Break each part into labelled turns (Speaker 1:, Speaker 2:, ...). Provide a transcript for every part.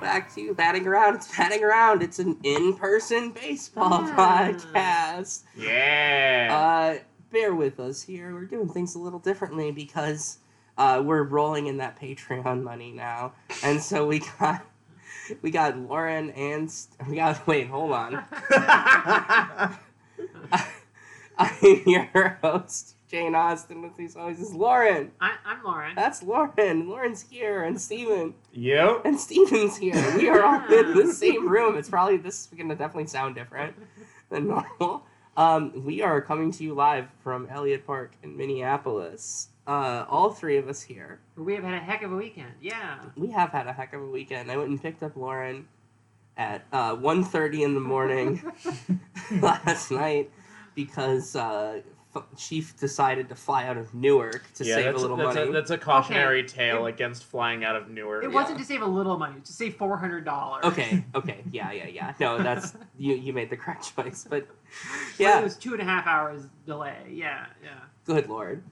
Speaker 1: back to batting around. It's batting around. It's an in-person baseball
Speaker 2: Yeah.
Speaker 1: podcast.
Speaker 3: Yeah.
Speaker 1: Uh, bear with us here. We're doing things a little differently because uh, we're rolling in that Patreon money now, and so we got we got Lauren and st- we got wait hold on. I'm your host Jane Austen with these always is Lauren.
Speaker 2: I, I'm Lauren.
Speaker 1: That's Lauren. Lauren's here and Steven.
Speaker 3: yep.
Speaker 1: and Steven's here. We are all in the same room. It's probably this is gonna definitely sound different than normal. Um, we are coming to you live from Elliott Park in Minneapolis. Uh, all three of us here.
Speaker 2: We have had a heck of a weekend. Yeah.
Speaker 1: We have had a heck of a weekend. I went and picked up Lauren at uh, 1.30 in the morning last night because uh, f- she decided to fly out of Newark to
Speaker 3: yeah,
Speaker 1: save a
Speaker 3: that's,
Speaker 1: little
Speaker 3: that's
Speaker 1: money.
Speaker 3: A, that's a cautionary tale
Speaker 2: It-
Speaker 3: against flying out of Newark.
Speaker 2: It wasn't to save a little money, it was to save four hundred dollars.
Speaker 1: okay, okay, yeah, yeah, yeah. No, that's you. You made the correct choice, but yeah.
Speaker 2: It was two and a half hours delay. Yeah, yeah.
Speaker 1: Good lord.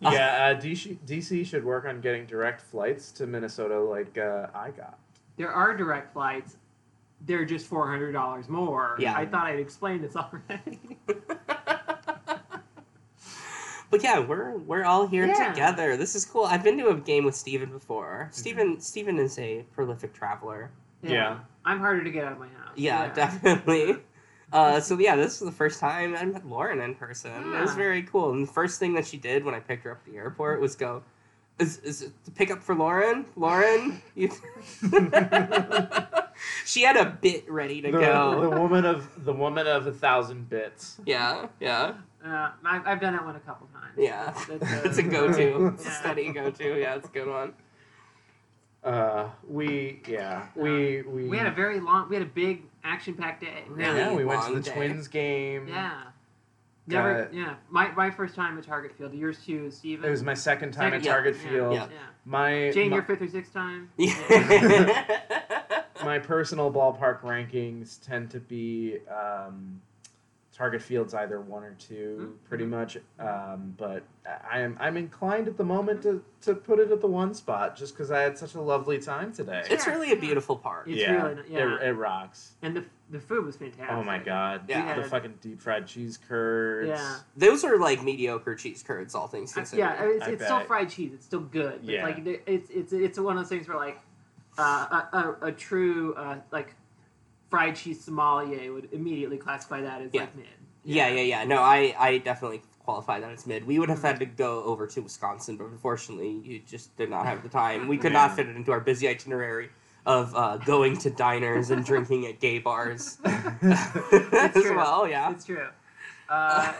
Speaker 3: Yeah, uh, DC, DC should work on getting direct flights to Minnesota like uh, I got.
Speaker 2: There are direct flights. They're just four hundred dollars more.
Speaker 1: Yeah.
Speaker 2: I thought I'd explained this already.
Speaker 1: But yeah, we're we're all here
Speaker 2: Yeah. Mm-hmm.
Speaker 1: together. This is cool. I've been to a game with Steven before. Steven Steven is a prolific traveler.
Speaker 3: Yeah.
Speaker 2: I'm harder to get out of my house.
Speaker 1: Yeah, definitely. Uh, so yeah, this is the first time I met Lauren in person. It was
Speaker 2: Yeah.
Speaker 1: very cool. And the first thing that she did when I picked her up at the airport was go, "Is is it to pick up for Lauren? Lauren, you." she had a bit ready to
Speaker 3: The, the
Speaker 1: go.
Speaker 3: woman of the woman of a thousand bits.
Speaker 1: Yeah, yeah.
Speaker 2: Uh, I've, I've done that one a couple times.
Speaker 1: Yeah.
Speaker 2: That's, uh,
Speaker 1: It's a go-to. It's a
Speaker 2: Yeah.
Speaker 1: steady go-to. Yeah, it's a good one.
Speaker 3: Uh, we yeah we we
Speaker 2: We had a very long. We had a big action-packed day.
Speaker 1: Really?
Speaker 3: yeah, we went to
Speaker 1: long
Speaker 3: the
Speaker 1: day.
Speaker 3: Twins game.
Speaker 2: Yeah. Never.
Speaker 3: Got it.
Speaker 2: yeah. My my first time at Target Field. Yours too, Steven.
Speaker 3: It was my second time at
Speaker 2: Second- yeah,
Speaker 3: Target
Speaker 2: yeah,
Speaker 3: Field.
Speaker 1: yeah.
Speaker 2: yeah.
Speaker 3: My
Speaker 2: Jane,
Speaker 3: my,
Speaker 2: your fifth or sixth time.
Speaker 1: yeah.
Speaker 3: my personal ballpark rankings tend to be um, target fields either one or 2
Speaker 1: Hmm,
Speaker 3: pretty much. Um, but I- I'm I'm inclined at the moment to, to put it at the one spot just because I had such a lovely time today.
Speaker 1: It's really a beautiful park.
Speaker 2: It's
Speaker 3: yeah,
Speaker 2: really n- yeah.
Speaker 3: It, it rocks.
Speaker 2: And the the food was fantastic.
Speaker 3: Oh my god!
Speaker 1: Yeah.
Speaker 3: the fucking deep fried cheese curds.
Speaker 2: Yeah.
Speaker 1: Those are like mediocre cheese curds, all things
Speaker 2: I-
Speaker 1: considered.
Speaker 2: Uh, yeah, I mean, it's,
Speaker 3: I
Speaker 2: it's still
Speaker 3: bet.
Speaker 2: fried cheese. It's still good. But
Speaker 3: Yeah.
Speaker 2: Like the- it's it's it's one of those things where like uh, a, a, a true uh, like fried cheese sommelier would immediately classify that as
Speaker 1: Yeah.
Speaker 2: like mid.
Speaker 1: yeah, yeah, yeah. No, I, I definitely qualify that as mid. We
Speaker 2: Mm-hmm.
Speaker 1: would have had to go over to Wisconsin, but unfortunately, you just did not have the time. We could
Speaker 3: Yeah.
Speaker 1: not fit it into our busy itinerary of uh, going to diners and drinking at gay bars as
Speaker 2: true.
Speaker 1: well. Yeah.
Speaker 2: It's true. Uh,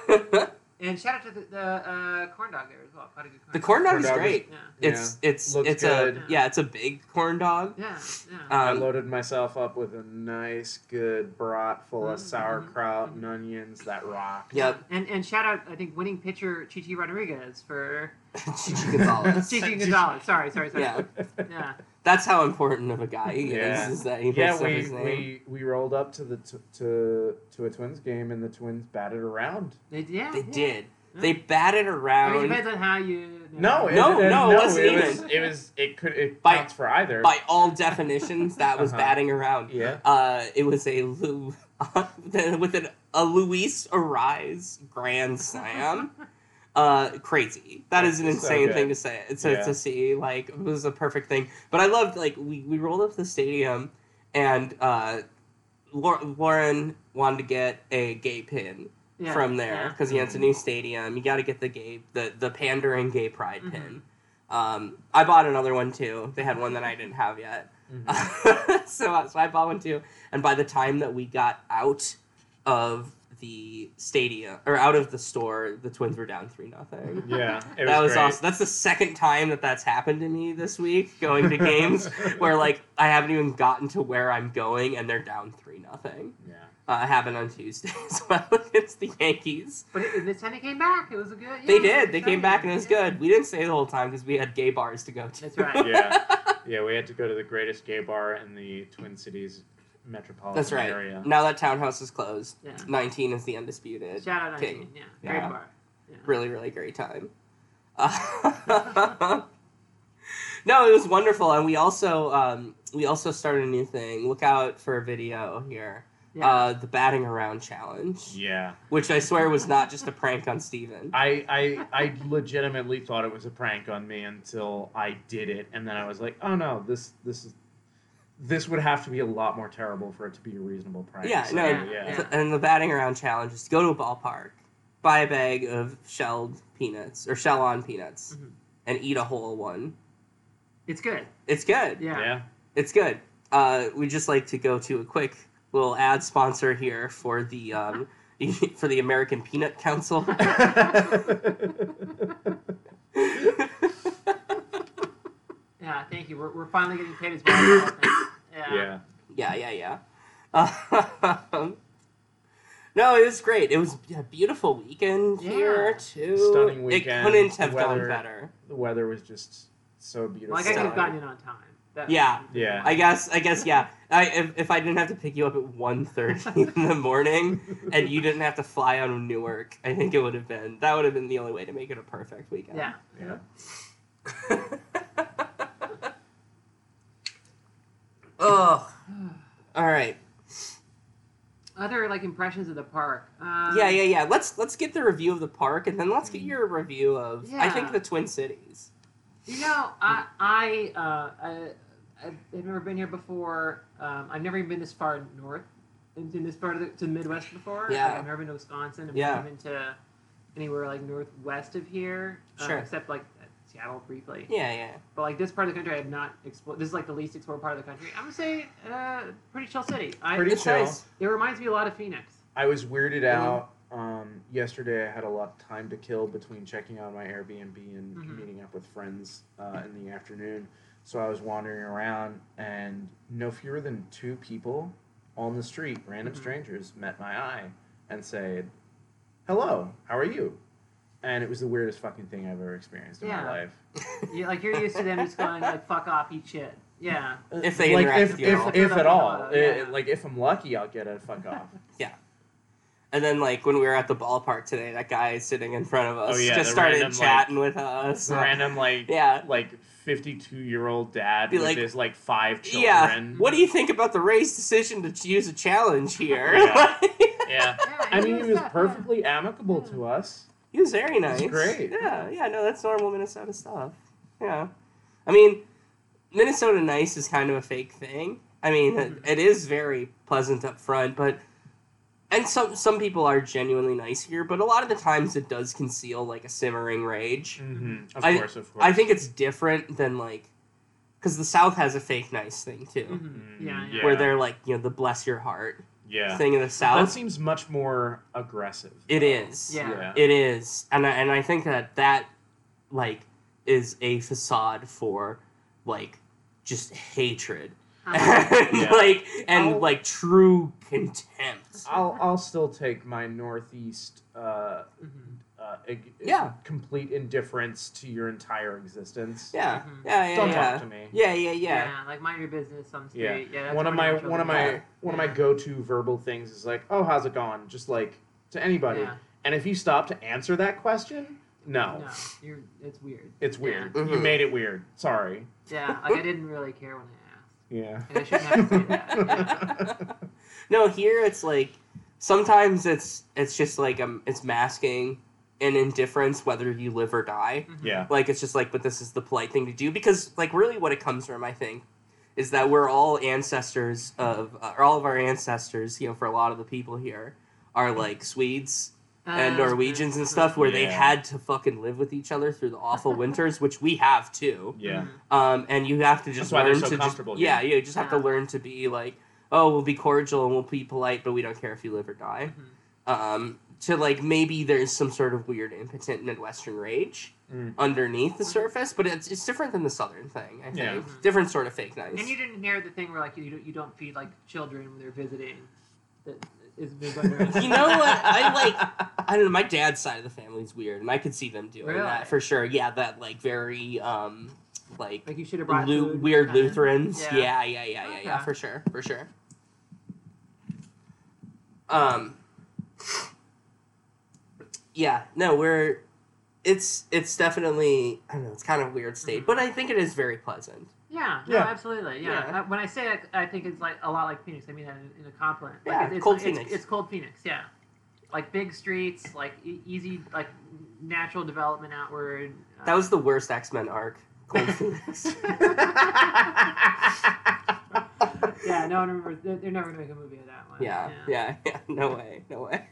Speaker 2: and shout out to the, the uh, corn dog there as well. Quite a good corn
Speaker 1: the corn dog
Speaker 3: Corn
Speaker 1: is
Speaker 3: dog is-
Speaker 1: great.
Speaker 2: Yeah.
Speaker 1: It's it's
Speaker 3: Looks
Speaker 1: it's
Speaker 3: good.
Speaker 1: a yeah, it's a big corn dog.
Speaker 2: Yeah. Yeah.
Speaker 3: I
Speaker 1: Um,
Speaker 3: loaded myself up with a nice, good brat full of
Speaker 2: Mhm, mhm,
Speaker 3: sauerkraut and onions that rocked.
Speaker 1: yep,
Speaker 2: And and shout out, I think, winning pitcher Chichi Rodriguez for
Speaker 1: Chichi Gonzalez.
Speaker 2: Chichi Gonzalez. Sorry, sorry, sorry.
Speaker 1: Yeah.
Speaker 2: Yeah.
Speaker 1: That's how important of a guy he
Speaker 3: Yeah.
Speaker 1: is. Is that he picks
Speaker 3: yeah,
Speaker 1: up
Speaker 3: we,
Speaker 1: his name?
Speaker 3: we we rolled up to the t- to to a Twins game and the Twins batted around.
Speaker 2: They, yeah,
Speaker 1: They
Speaker 2: yeah.
Speaker 1: did. They batted
Speaker 2: Mm-hmm. I mean, it
Speaker 1: around
Speaker 2: depends on how you.
Speaker 3: No, it,
Speaker 1: No,
Speaker 3: it-
Speaker 1: no, it wasn't
Speaker 3: it was
Speaker 1: even.
Speaker 3: it was it could it
Speaker 1: By-
Speaker 3: counts for either.
Speaker 1: by all definitions. That was
Speaker 3: Uh-huh.
Speaker 1: batting around.
Speaker 3: yeah,
Speaker 1: Uh, it was a Lu- with an, a Luis Arise grand slam. Uh, crazy. That is an
Speaker 3: So
Speaker 1: insane
Speaker 3: good.
Speaker 1: thing to say. It's
Speaker 3: Yeah.
Speaker 1: to see. Like it was a perfect thing. But I loved like we we rolled up to the stadium, and uh, Lau- Lauren wanted to get a gay pin.
Speaker 2: Yeah,
Speaker 1: from there because
Speaker 3: yeah.
Speaker 1: yeah. it's a new stadium. You got to get the gay, the the pandering gay pride
Speaker 3: Mm-hmm.
Speaker 2: Mhm.
Speaker 1: pin. Um, I bought another one too. They had one that I didn't have yet,
Speaker 3: Mhm.
Speaker 1: so uh, so I bought one too. And by the time that we got out of the stadium or out of the store, the Twins were down three nothing.
Speaker 3: yeah. It
Speaker 1: that was
Speaker 3: great.
Speaker 1: awesome. That's the second time that that's happened to me this week. Going to games where like I haven't even gotten to where I'm going and they're down three nothing.
Speaker 3: Yeah,
Speaker 1: Uh, happened on Tuesday as well against the Yankees.
Speaker 2: But it, this time they came back. It was a good. yeah,
Speaker 1: They
Speaker 2: it was
Speaker 1: did. They
Speaker 2: exciting.
Speaker 1: came back and it was
Speaker 2: Yeah.
Speaker 1: good. We didn't stay the whole time because we had gay bars to go to.
Speaker 2: That's right.
Speaker 3: yeah, yeah. We had to go to the greatest gay bar in the Twin Cities metropolitan
Speaker 1: That's right. Mm.
Speaker 3: area.
Speaker 1: Now that townhouse is closed,
Speaker 2: Yeah.
Speaker 1: 19 is the undisputed.
Speaker 2: Shout out,
Speaker 1: King.
Speaker 2: Nineteen. Yeah.
Speaker 3: Yeah.
Speaker 2: Great bar. Yeah.
Speaker 1: Really, really great time. Uh, no, it was wonderful, and we also um, we also started a new thing. Look out for a video here.
Speaker 2: Yeah.
Speaker 1: Uh, the batting around challenge,
Speaker 3: Yeah,
Speaker 1: which I swear was not just a prank on Steven.
Speaker 3: I, I I legitimately thought it was a prank on me until I did it, and then I was like, oh no, this this is this would have to be a lot more terrible for it to be a reasonable prank.
Speaker 1: Yeah,
Speaker 3: So,
Speaker 1: no,
Speaker 3: yeah,
Speaker 2: yeah.
Speaker 1: And the batting around challenge is to go to a ballpark, buy a bag of shelled peanuts or shell on peanuts,
Speaker 2: Mhm.
Speaker 1: and eat a whole one.
Speaker 2: it's good.
Speaker 1: It's good.
Speaker 2: Yeah.
Speaker 3: yeah.
Speaker 1: It's good. Uh, we just like to go to a quick little ad sponsor here for the um, for the American Peanut Council.
Speaker 2: Yeah, thank you. We're, we're finally getting paid as well. yeah.
Speaker 1: yeah,
Speaker 3: yeah.
Speaker 1: yeah, yeah. Um, no, it was great. It was a beautiful weekend here
Speaker 2: Yeah.
Speaker 1: too.
Speaker 3: Stunning
Speaker 1: It
Speaker 3: weekend.
Speaker 1: couldn't have
Speaker 3: Weather-
Speaker 1: gone better.
Speaker 3: The weather was just so beautiful.
Speaker 2: Like I could
Speaker 1: Solid.
Speaker 2: have gotten in on time. That-
Speaker 1: Yeah.
Speaker 3: Yeah.
Speaker 1: I guess. I guess. Yeah. I, if, if I didn't have to pick you up at 1.30 in the morning and you didn't have to fly out of Newark, I think it would have been that would have been the only way to make it a perfect weekend.
Speaker 2: Yeah.
Speaker 3: yeah.
Speaker 1: oh. All right.
Speaker 2: Other like impressions of the park. Um,
Speaker 1: Yeah, yeah, yeah. Let's let's get the review of the park and then let's get your review of I think
Speaker 2: Yeah.
Speaker 1: the Twin Cities.
Speaker 2: You know, I I uh, I, I've I've never been here before. Um, I've never even been this far north, in, in this part of the, to the Midwest before. Like,
Speaker 1: Yeah.
Speaker 2: I've never been to Wisconsin. I've
Speaker 1: Yeah.
Speaker 2: never been to anywhere like northwest of here. uh,
Speaker 1: Sure.
Speaker 2: except like Seattle briefly.
Speaker 1: Yeah, yeah.
Speaker 2: But like this part of the country, I have not explored. This is like the least explored part of the country. I'm gonna say, uh, pretty chill city. I,
Speaker 3: Pretty
Speaker 1: it's
Speaker 3: chill.
Speaker 1: nice.
Speaker 2: It reminds me a lot of Phoenix.
Speaker 3: I was weirded
Speaker 1: Mhm.
Speaker 3: out. Um, yesterday, I had a lot of time to kill between checking out my Airbnb and
Speaker 2: Mhm.
Speaker 3: meeting up with friends uh, in the afternoon. So I was wandering around, and no fewer than two people on the street, random
Speaker 2: Mhm.
Speaker 3: strangers, met my eye and said, "Hello, how are you?" And it was the weirdest fucking thing I've ever experienced in
Speaker 2: Yeah.
Speaker 3: my life.
Speaker 2: You, like you're used to them just going like fuck off, eat shit. Yeah.
Speaker 1: If they
Speaker 3: like,
Speaker 1: interact
Speaker 3: if,
Speaker 1: with you at
Speaker 3: if,
Speaker 1: all.
Speaker 3: if at all,
Speaker 2: Yeah.
Speaker 3: It- like if I'm lucky, I'll get a fuck off.
Speaker 1: And then like when we were at the ballpark today, that guy sitting in front of us
Speaker 3: Oh, yeah,
Speaker 1: just
Speaker 3: the
Speaker 1: started
Speaker 3: random, like,
Speaker 1: chatting with us.
Speaker 3: Random like
Speaker 1: Yeah.
Speaker 3: like 52 year old dad
Speaker 1: Be
Speaker 3: with
Speaker 1: like,
Speaker 3: his like five
Speaker 1: Yeah.
Speaker 3: children.
Speaker 1: What do you think about the Rays' decision to choose a challenge here?
Speaker 3: Yeah. Yeah.
Speaker 2: yeah
Speaker 3: I mean,
Speaker 2: it's
Speaker 3: he was
Speaker 2: that, yeah.
Speaker 3: perfectly amicable to us.
Speaker 1: He was very nice.
Speaker 3: great.
Speaker 1: Yeah, yeah, no, that's normal Minnesota stuff. Yeah. I mean, Minnesota nice is kind of a fake thing. I mean, it,
Speaker 3: Mm-hmm.
Speaker 1: it is very pleasant up front, but and some some people are genuinely nice here, but a lot of the times it does conceal like a simmering rage.
Speaker 3: Mm-hmm. Of
Speaker 1: I-
Speaker 3: course, of course.
Speaker 1: I think it's different than like cuz the South has a fake nice thing too.
Speaker 2: Mhm. Yeah.
Speaker 3: Mm,
Speaker 2: yeah.
Speaker 1: Where
Speaker 3: yeah.
Speaker 1: they're like, you know, the bless your heart
Speaker 3: yeah.
Speaker 1: thing in the
Speaker 3: That
Speaker 1: South.
Speaker 3: seems much more aggressive.
Speaker 1: It
Speaker 3: though.
Speaker 1: is.
Speaker 2: Yeah.
Speaker 3: Yeah.
Speaker 1: It is, and I, and I think that that like is a facade for like just hatred,
Speaker 3: Uh-huh.
Speaker 2: Um,
Speaker 1: and,
Speaker 3: Yeah.
Speaker 1: like and
Speaker 3: I'll-
Speaker 1: like true contempt.
Speaker 3: I'll I'll still take my northeast. Uh,
Speaker 2: mhm.
Speaker 3: uh, ig-
Speaker 1: Yeah.
Speaker 3: Complete indifference to your entire existence.
Speaker 1: Yeah,
Speaker 2: Mhm.
Speaker 1: yeah, yeah,
Speaker 3: Don't
Speaker 1: yeah.
Speaker 3: talk to me.
Speaker 1: yeah, yeah, yeah,
Speaker 2: like mind your business on the
Speaker 3: Yeah.
Speaker 2: street. Yeah, that's
Speaker 3: one of my
Speaker 2: pretty much what
Speaker 3: one of
Speaker 2: we
Speaker 3: my
Speaker 1: Yeah.
Speaker 3: one of my go-to verbal things is like, "Oh, how's it going?" Just like to
Speaker 2: got.
Speaker 3: anybody.
Speaker 2: Yeah.
Speaker 3: And if you stop to answer that question, no,
Speaker 2: No, you're. It's weird.
Speaker 3: it's weird.
Speaker 1: Yeah.
Speaker 3: You
Speaker 1: Mhm.
Speaker 3: made it weird. Sorry.
Speaker 2: Yeah, like I didn't really care when I
Speaker 3: Yeah.
Speaker 2: asked, and I shouldn't have to say that.
Speaker 1: No, here it's like sometimes it's it's just like um it's masking an indifference whether you live or die.
Speaker 2: Mhm.
Speaker 3: yeah.
Speaker 1: Like it's just like, but this is the polite thing to do because like really what it comes from, I think, is that we're all ancestors of uh, or all of our ancestors, you know, for a lot of the people here are like Swedes and
Speaker 2: Uh, mm-hmm.
Speaker 1: Norwegians and stuff where they
Speaker 3: Yeah.
Speaker 1: had to fucking live with each other through the awful winters, which we have too.
Speaker 3: Yeah.
Speaker 2: Mhm.
Speaker 1: Um, and you have to just
Speaker 3: That's why they're
Speaker 1: learn
Speaker 3: so
Speaker 1: to just,
Speaker 3: comfortable here.
Speaker 1: yeah, you just have to
Speaker 2: Yeah.
Speaker 1: learn to be like, oh, we'll be cordial and we'll be polite, but we don't care if you live or die.
Speaker 2: Mhm.
Speaker 1: Um, to like maybe there's some sort of weird impotent midwestern rage
Speaker 3: Mm.
Speaker 1: underneath the surface, but it's, it's different than the southern thing. I think
Speaker 3: Yeah.
Speaker 2: Mhm.
Speaker 1: different sort of fake nice.
Speaker 2: And you didn't hear the thing where like you you don't, you don't feed like children when they're visiting. That is big on your-
Speaker 1: You know what? I like- I don't know. My dad's side of the family's weird, and I could see them doing
Speaker 2: Really?
Speaker 1: that for sure. Yeah, that like very um, like,
Speaker 2: Like you should have brought
Speaker 1: Lu-
Speaker 2: food,
Speaker 1: weird
Speaker 2: kinda.
Speaker 1: Lutherans.
Speaker 2: Yeah.
Speaker 1: Yeah, yeah, yeah, yeah, yeah,
Speaker 2: Okay.
Speaker 1: for sure, for sure. Um, yeah, no, we're it's it's definitely I don't know. It's kind of a weird state,
Speaker 2: Mhm.
Speaker 1: but I think it is very pleasant.
Speaker 2: Yeah, no,
Speaker 3: Yeah.
Speaker 2: absolutely. Yeah.
Speaker 1: Yeah.
Speaker 2: Uh, when I say that, I think it's like a lot like Phoenix. I mean that in, in a compliment. Like,
Speaker 1: Yeah,
Speaker 2: it's,
Speaker 1: cold
Speaker 2: it's,
Speaker 1: Phoenix.
Speaker 2: It's, it's cold Phoenix. Yeah, like big streets, like e- easy, like natural development outward. uh,
Speaker 1: That was the worst X Men arc. Cold Phoenix.
Speaker 2: yeah. No one remembers. They're, they're never gonna make a movie of that one.
Speaker 1: Yeah, yeah, yeah. No way, no way.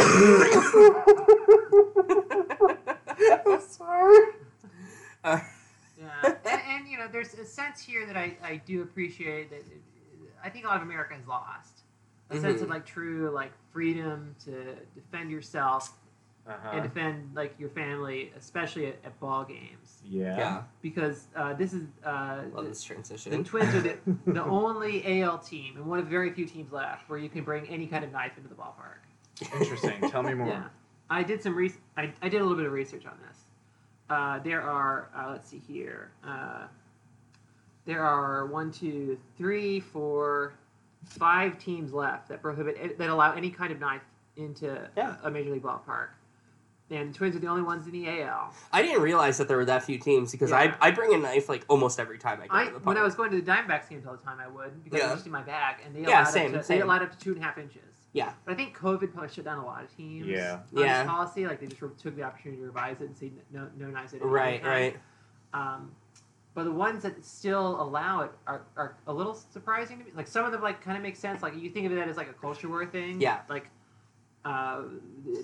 Speaker 3: I'm sorry.
Speaker 2: Yeah, and, and you know, there's a sense here that I, I do appreciate that it, I think a lot of America has lost a sense of
Speaker 1: Mhm.
Speaker 2: like true like freedom to defend yourself and
Speaker 3: Uh-huh.
Speaker 2: defend like your family, especially at, at ball games,
Speaker 1: yeah,
Speaker 3: Yeah.
Speaker 2: because uh, this is uh,
Speaker 1: love
Speaker 2: the,
Speaker 1: this transition.
Speaker 2: the Twins are the, the only AL team and one of the very few teams left where you can bring any kind of knife into the ballpark.
Speaker 3: Interesting. Tell me more.
Speaker 2: Yeah, I did some re- I, I did a little bit of research on this. Uh, there are uh, let's see here. Uh, there are one, two, three, four, five teams left that prohibit eh, that allow any kind of knife into
Speaker 1: Yeah.
Speaker 2: a major league ballpark, and the Twins are the only ones in the AL.
Speaker 1: I didn't realize that there were that few teams because
Speaker 2: Yeah.
Speaker 1: I, I bring a knife like almost every time I go
Speaker 2: I
Speaker 1: to the
Speaker 2: when
Speaker 1: park.
Speaker 2: I was going to the Diamondbacks games all the time, I would because
Speaker 1: Yeah.
Speaker 2: I was just in my bag, and they
Speaker 1: Yeah,
Speaker 2: allowed
Speaker 1: same,
Speaker 2: up to,
Speaker 1: same.
Speaker 2: they allowed up to two and a half inches.
Speaker 1: Yeah.
Speaker 2: but I think COVID probably shut down a lot of teams.
Speaker 3: Yeah.
Speaker 2: on this
Speaker 1: Yeah.
Speaker 2: policy, like they just re- took the opportunity to revise it and say no, no knives at any
Speaker 1: right,
Speaker 2: time.
Speaker 1: right.
Speaker 2: Um, but the ones that still allow it are, are a little surprising to me. Like some of them, like kind of make sense. Like you think of that as like a culture war thing.
Speaker 1: Yeah.
Speaker 2: Like uh,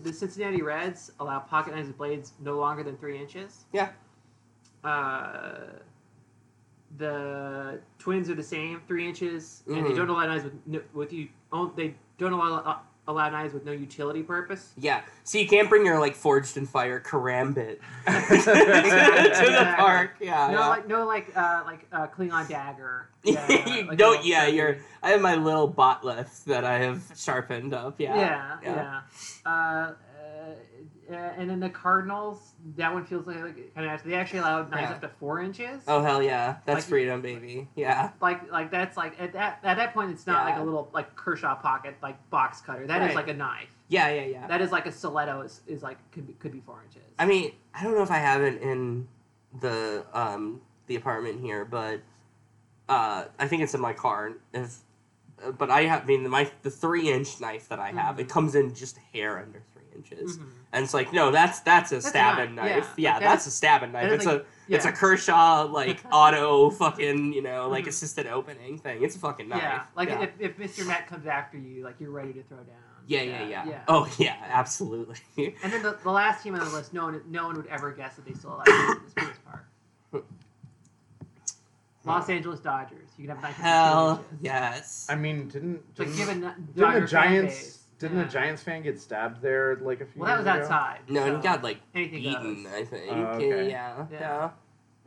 Speaker 2: the Cincinnati Reds allow pocket knives with blades no longer than three inches.
Speaker 1: Yeah.
Speaker 2: Uh, the Twins are the same, three inches, and they
Speaker 1: Mhm.
Speaker 2: don't allow knives with no, with you. oh, They don't allow uh, allow knives with no utility purpose.
Speaker 1: Yeah. So you can't bring your like forged in fire karambit to the
Speaker 2: Exactly.
Speaker 1: park. Yeah.
Speaker 2: no,
Speaker 1: yeah.
Speaker 2: like no, like uh, like uh, Klingon dagger.
Speaker 1: You
Speaker 2: like a
Speaker 1: don't-
Speaker 2: little
Speaker 1: yeah,
Speaker 2: sharpie.
Speaker 1: you're- I have my little bot left that I have sharpened up. Yeah.
Speaker 2: yeah,
Speaker 1: yeah.
Speaker 2: yeah. Uh, uh, and then the Cardinals, that one feels like, like kind of they actually allowed knives
Speaker 1: Yeah.
Speaker 2: up to four inches.
Speaker 1: Oh hell yeah. That's
Speaker 2: Like-
Speaker 1: freedom, baby. Yeah.
Speaker 2: Like like that's like at that at that point it's not
Speaker 1: Yeah.
Speaker 2: like a little like Kershaw pocket like box cutter. That is
Speaker 1: Right.
Speaker 2: like a knife.
Speaker 1: Yeah, yeah, yeah.
Speaker 2: That is like a stiletto is, is like could be, could be four inches.
Speaker 1: I mean, I don't know if I have it in the um the apartment here, but uh I think it's in my car. If uh, but I have I mean my the three inch knife that I have,
Speaker 2: Mm-hmm.
Speaker 1: it comes in just hair under three inches.
Speaker 2: Mhm.
Speaker 1: And it's like, no, that's that's a
Speaker 2: That's a
Speaker 1: stabbing
Speaker 2: knife,
Speaker 1: knife.
Speaker 2: yeah.
Speaker 1: Yeah,
Speaker 2: Like,
Speaker 1: that's a stabbing knife.
Speaker 2: that
Speaker 1: It's
Speaker 2: is
Speaker 1: a it's a Kershaw like auto fucking, you know, like
Speaker 2: Mhm.
Speaker 1: assisted opening thing. It's a fucking knife.
Speaker 2: Yeah, like
Speaker 1: yeah.
Speaker 2: If, if Mr. Met comes after you, like you're ready to throw down.
Speaker 1: yeah, yeah, yeah,
Speaker 2: yeah.
Speaker 1: Oh yeah, absolutely.
Speaker 2: And then the, the last team on the list, no one, no one would ever guess that they still allow this this Phoenix Park. Los Angeles Dodgers. You can have 19
Speaker 1: Hell
Speaker 2: inches.
Speaker 1: yes.
Speaker 3: I mean, didn't
Speaker 2: But
Speaker 3: didn't,
Speaker 2: give a n-
Speaker 3: didn't
Speaker 2: Dodger
Speaker 3: a
Speaker 2: fan
Speaker 3: Giants
Speaker 2: base.
Speaker 3: didn't
Speaker 2: yeah.
Speaker 3: a Giants fan get stabbed there like a few
Speaker 2: Well, that was
Speaker 3: years ago?
Speaker 2: outside.
Speaker 1: No,
Speaker 2: so
Speaker 1: and he got like
Speaker 2: anything
Speaker 1: beaten.
Speaker 2: goes. Uh,
Speaker 1: I think.
Speaker 3: Oh, okay.
Speaker 1: Yeah. Yeah.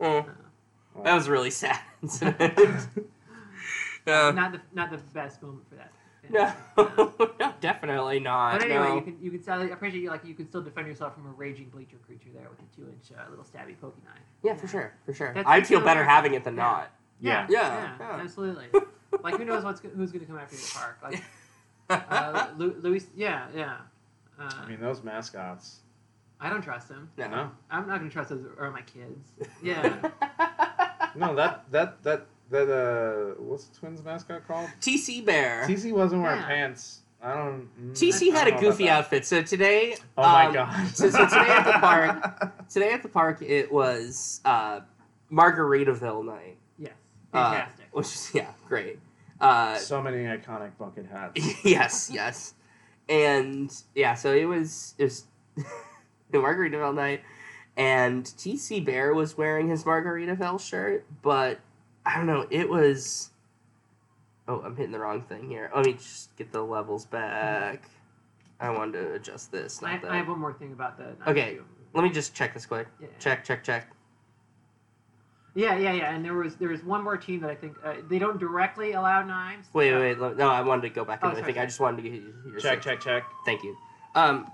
Speaker 2: Yeah.
Speaker 1: Mm.
Speaker 3: Well,
Speaker 1: That was a really sad incident.
Speaker 2: Uh,
Speaker 1: Yeah.
Speaker 2: not the not the best moment for that. fan.
Speaker 1: no,
Speaker 2: Yeah.
Speaker 1: no, definitely not.
Speaker 2: But anyway,
Speaker 1: no.
Speaker 2: you can you can sadly I appreciate you like you can still defend yourself from a raging bleacher creature there with a two inch uh, little stabby poking knife.
Speaker 1: yeah, for sure, for sure.
Speaker 2: That's-
Speaker 1: I'd
Speaker 2: that's
Speaker 1: feel
Speaker 2: so
Speaker 1: better
Speaker 2: American.
Speaker 1: having it than
Speaker 2: Yeah.
Speaker 1: not.
Speaker 3: yeah.
Speaker 1: Yeah,
Speaker 2: yeah,
Speaker 1: yeah.
Speaker 2: absolutely. like who knows what's go- who's going to come after the park? Like uh, Lu- Luis, yeah, yeah. Uh,
Speaker 3: I mean, those mascots.
Speaker 2: I don't trust him.
Speaker 1: no.
Speaker 3: No,
Speaker 2: I'm not gonna trust those or my kids. Yeah,
Speaker 3: no, that that that that uh, what's the Twins mascot called?
Speaker 1: TC Bear.
Speaker 3: TC wasn't wearing
Speaker 2: Yeah.
Speaker 3: pants. I don't. mm,
Speaker 1: TC had a
Speaker 3: I don't know about
Speaker 1: goofy
Speaker 3: that.
Speaker 1: outfit. So today,
Speaker 3: Oh my
Speaker 1: um,
Speaker 3: god.
Speaker 1: so- so today at the park- today at the park, it was uh, Margaritaville night,
Speaker 2: yes,
Speaker 1: Uh,
Speaker 2: fantastic.
Speaker 1: which is yeah, great. Uh,
Speaker 3: So many iconic bucket hats.
Speaker 1: yes, yes. And yeah, so it was it was the Margaritaville night, and TC Bear was wearing his Margaritaville shirt, but I don't know, it was. Oh, I'm hitting the wrong thing here. Let me just get the levels back. I wanted to adjust this,
Speaker 2: I,
Speaker 1: not that.
Speaker 2: I have one more thing about the.
Speaker 1: Okay. Let me just check this quick.
Speaker 2: Yeah.
Speaker 1: Check, check, check.
Speaker 2: Yeah, yeah, yeah. And there was there was one more team that I think uh, they don't directly allow knives.
Speaker 1: Wait,
Speaker 2: Uh,
Speaker 1: wait, wait. let- No, I wanted to go back
Speaker 2: Oh,
Speaker 1: into the
Speaker 2: sorry,
Speaker 1: thing. I
Speaker 2: sorry.
Speaker 1: just wanted to get your
Speaker 3: Check, check, check.
Speaker 1: Thank you. Um,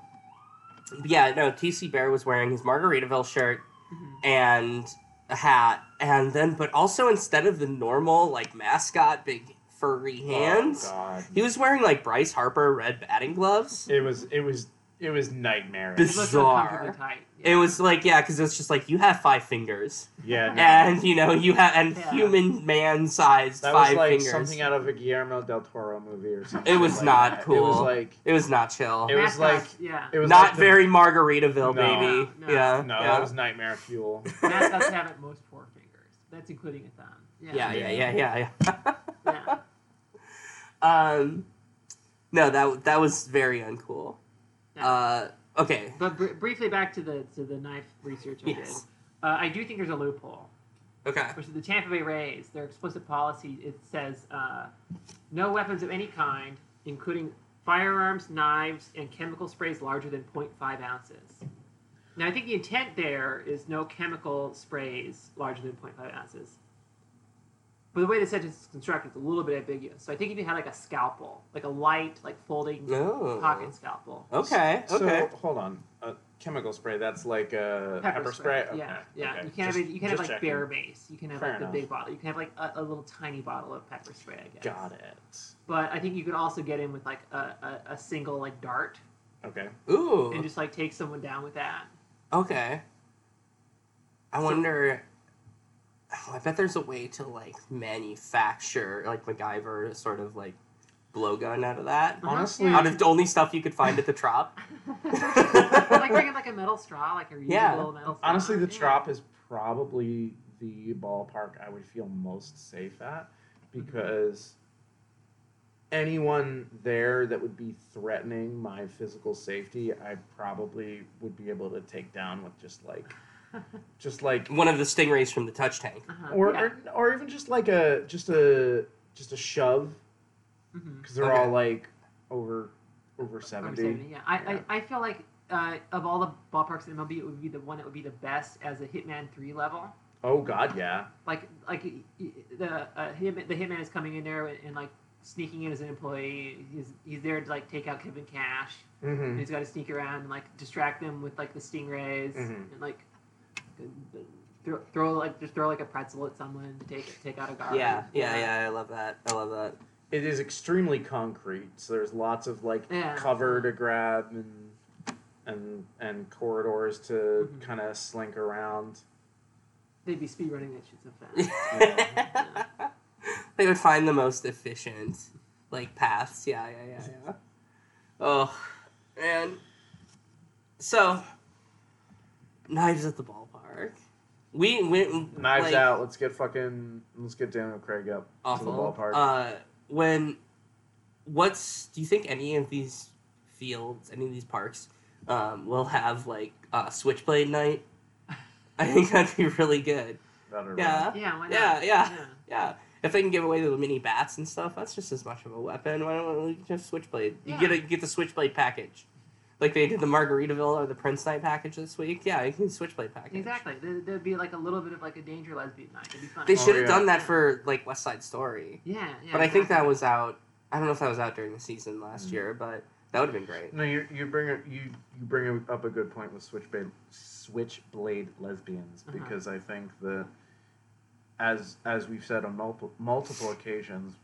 Speaker 1: yeah, no, TC Bear was wearing his Margaritaville shirt
Speaker 2: Mhm.
Speaker 3: Mm-hmm.
Speaker 1: and a hat, and then, but also instead of the normal, like, mascot, big furry hands,
Speaker 3: Oh, God.
Speaker 1: he was wearing, like, Bryce Harper red batting gloves.
Speaker 3: It was it was It was nightmarish.
Speaker 1: Bis-
Speaker 2: It looks
Speaker 1: Bizarre.
Speaker 2: uncomfortably tight. Yeah.
Speaker 1: It was like yeah, because it's just like you have five fingers,
Speaker 3: yeah, no.
Speaker 1: and you know you have and
Speaker 2: Yeah.
Speaker 1: human man sized
Speaker 3: That
Speaker 1: five
Speaker 3: was like
Speaker 1: fingers.
Speaker 3: something out of a Guillermo del Toro movie or something.
Speaker 1: It was
Speaker 3: like
Speaker 1: not
Speaker 3: that. It
Speaker 1: cool.
Speaker 3: was like
Speaker 1: it was not chill.
Speaker 3: It was
Speaker 2: Mascots, yeah.
Speaker 3: it was
Speaker 1: not
Speaker 3: like the-
Speaker 1: very Margaritaville,
Speaker 3: No.
Speaker 1: baby.
Speaker 2: No, no.
Speaker 1: yeah,
Speaker 3: no,
Speaker 1: yeah.
Speaker 3: that was nightmare fuel.
Speaker 2: Mascots have at most four fingers. That's including a thumb.
Speaker 1: yeah,
Speaker 2: Yeah.
Speaker 1: yeah, yeah, yeah, yeah.
Speaker 2: Yeah.
Speaker 1: um, no, that that was very uncool.
Speaker 2: Yeah.
Speaker 1: Uh, okay,
Speaker 2: But br- briefly back to the to the knife research I
Speaker 1: Yes.
Speaker 2: did. Uh, I do think there's a loophole,
Speaker 1: okay,
Speaker 2: which is the Tampa Bay Rays. Their explicit policy it says uh, no weapons of any kind, including firearms, knives, and chemical sprays larger than 0.5 ounces. Now I think the intent there is no chemical sprays larger than 0.5 ounces. But the way the sentence is constructed is a little bit ambiguous. So I think if you had like a scalpel, like a light, like folding
Speaker 1: no,
Speaker 2: pocket scalpel,
Speaker 1: okay,
Speaker 3: So
Speaker 1: okay.
Speaker 3: hold on, a chemical spray. That's like a
Speaker 2: pepper, spray.
Speaker 3: Okay.
Speaker 2: Yeah, yeah.
Speaker 3: okay.
Speaker 2: You can have
Speaker 3: Just-
Speaker 2: it, you can have like
Speaker 3: just checking.
Speaker 2: bare base. You can have
Speaker 3: Fair
Speaker 2: like
Speaker 3: enough.
Speaker 2: the big bottle. You can have like a, a little tiny bottle of pepper spray. I guess.
Speaker 3: Got it.
Speaker 2: But I think you could also get in with like a, a, a single like dart
Speaker 3: Okay.
Speaker 2: and
Speaker 1: Ooh,
Speaker 2: just like take someone down with that.
Speaker 1: okay. I
Speaker 2: So-
Speaker 1: wonder. oh, I bet there's a way to like manufacture like MacGyver sort of like blowgun out of that.
Speaker 2: Uh-huh.
Speaker 3: Honestly,
Speaker 1: Out of the only stuff you could find at the trop.
Speaker 2: like bringing like a metal straw, like a reusable
Speaker 1: Yeah.
Speaker 2: metal straw.
Speaker 3: honestly, the
Speaker 2: Yeah.
Speaker 3: Trop is probably the ballpark I would feel most safe at because anyone there that would be threatening my physical safety, I probably would be able to take down with just like, just like,
Speaker 1: One of the stingrays from the touch tank.
Speaker 2: Uh-huh.
Speaker 3: or
Speaker 2: Uh, yeah.
Speaker 3: or, or even just like a just a just a shove
Speaker 2: Mhm.
Speaker 3: because they're all like over over
Speaker 2: Or
Speaker 3: seventy.
Speaker 2: 70, yeah. I,
Speaker 3: Yeah.
Speaker 2: I, I feel like uh, of all the ballparks in MLB, it would be the one that would be the best as a Hitman three level.
Speaker 3: Oh God, yeah.
Speaker 2: like like y- y- the uh, him the hitman is coming in there and, and like sneaking in as an employee. He's he's there to like take out Kevin Cash. And
Speaker 3: Mm-hmm.
Speaker 2: he's got to sneak around and like distract them with like the stingrays
Speaker 1: Mm-hmm.
Speaker 3: Mhm.
Speaker 2: and like throw, throw like just throw like a pretzel at someone to take take out a guard.
Speaker 1: Yeah, yeah, yeah. I love that. I love that.
Speaker 3: It is extremely concrete, so there's lots of like
Speaker 2: Yeah.
Speaker 3: cover to grab and and and corridors to
Speaker 2: Mhm.
Speaker 3: kind of slink around.
Speaker 2: They'd be speedrunning that shit so fast.
Speaker 1: they would find the most efficient like paths. Yeah, yeah, yeah, yeah. Oh, man. So, knives at the ballpark. We went
Speaker 3: Knives
Speaker 1: like,
Speaker 3: out. Let's get fucking. Let's get Daniel Craig up
Speaker 1: Awful.
Speaker 3: to the ballpark.
Speaker 1: Uh, when what's do you think any of these fields, any of these parks, um, will have like uh, switchblade night? I think that'd be really good.
Speaker 3: That'd be-
Speaker 1: Yeah.
Speaker 2: yeah, why not?
Speaker 1: Yeah, yeah. Yeah, if they can give away the mini bats and stuff, that's just as much of a weapon. Why don't we just switchblade? You get a, you get the switchblade package, like they did the Margaritaville or the Prince Night package this week. Yeah, you can switchblade package.
Speaker 2: Exactly. There- There'd be like a little bit of like a danger lesbian night. It'd be fun.
Speaker 1: They
Speaker 3: Oh,
Speaker 1: should have
Speaker 3: yeah.
Speaker 1: done that for like West Side Story,
Speaker 2: Yeah, yeah.
Speaker 1: but I think that
Speaker 2: exactly.
Speaker 1: was out. I don't know if that was out during the season last
Speaker 3: Mm.
Speaker 1: year, but that would have been great.
Speaker 3: No, you you bring a, you you bring up a good point with switchblade switchblade lesbians
Speaker 2: Uh-huh.
Speaker 3: because I think that as as we've said on multiple multiple occasions,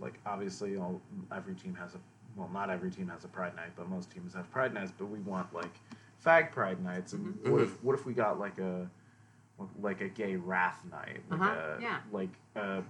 Speaker 3: like obviously all every team has a well not every team has a pride night, but most teams have pride nights. But we want like fag pride nights, and
Speaker 2: Mm-hmm.
Speaker 1: Mhm.
Speaker 3: what if what if we got like a like a gay wrath night, like
Speaker 2: Uh-huh,
Speaker 3: a
Speaker 2: yeah.
Speaker 3: like a,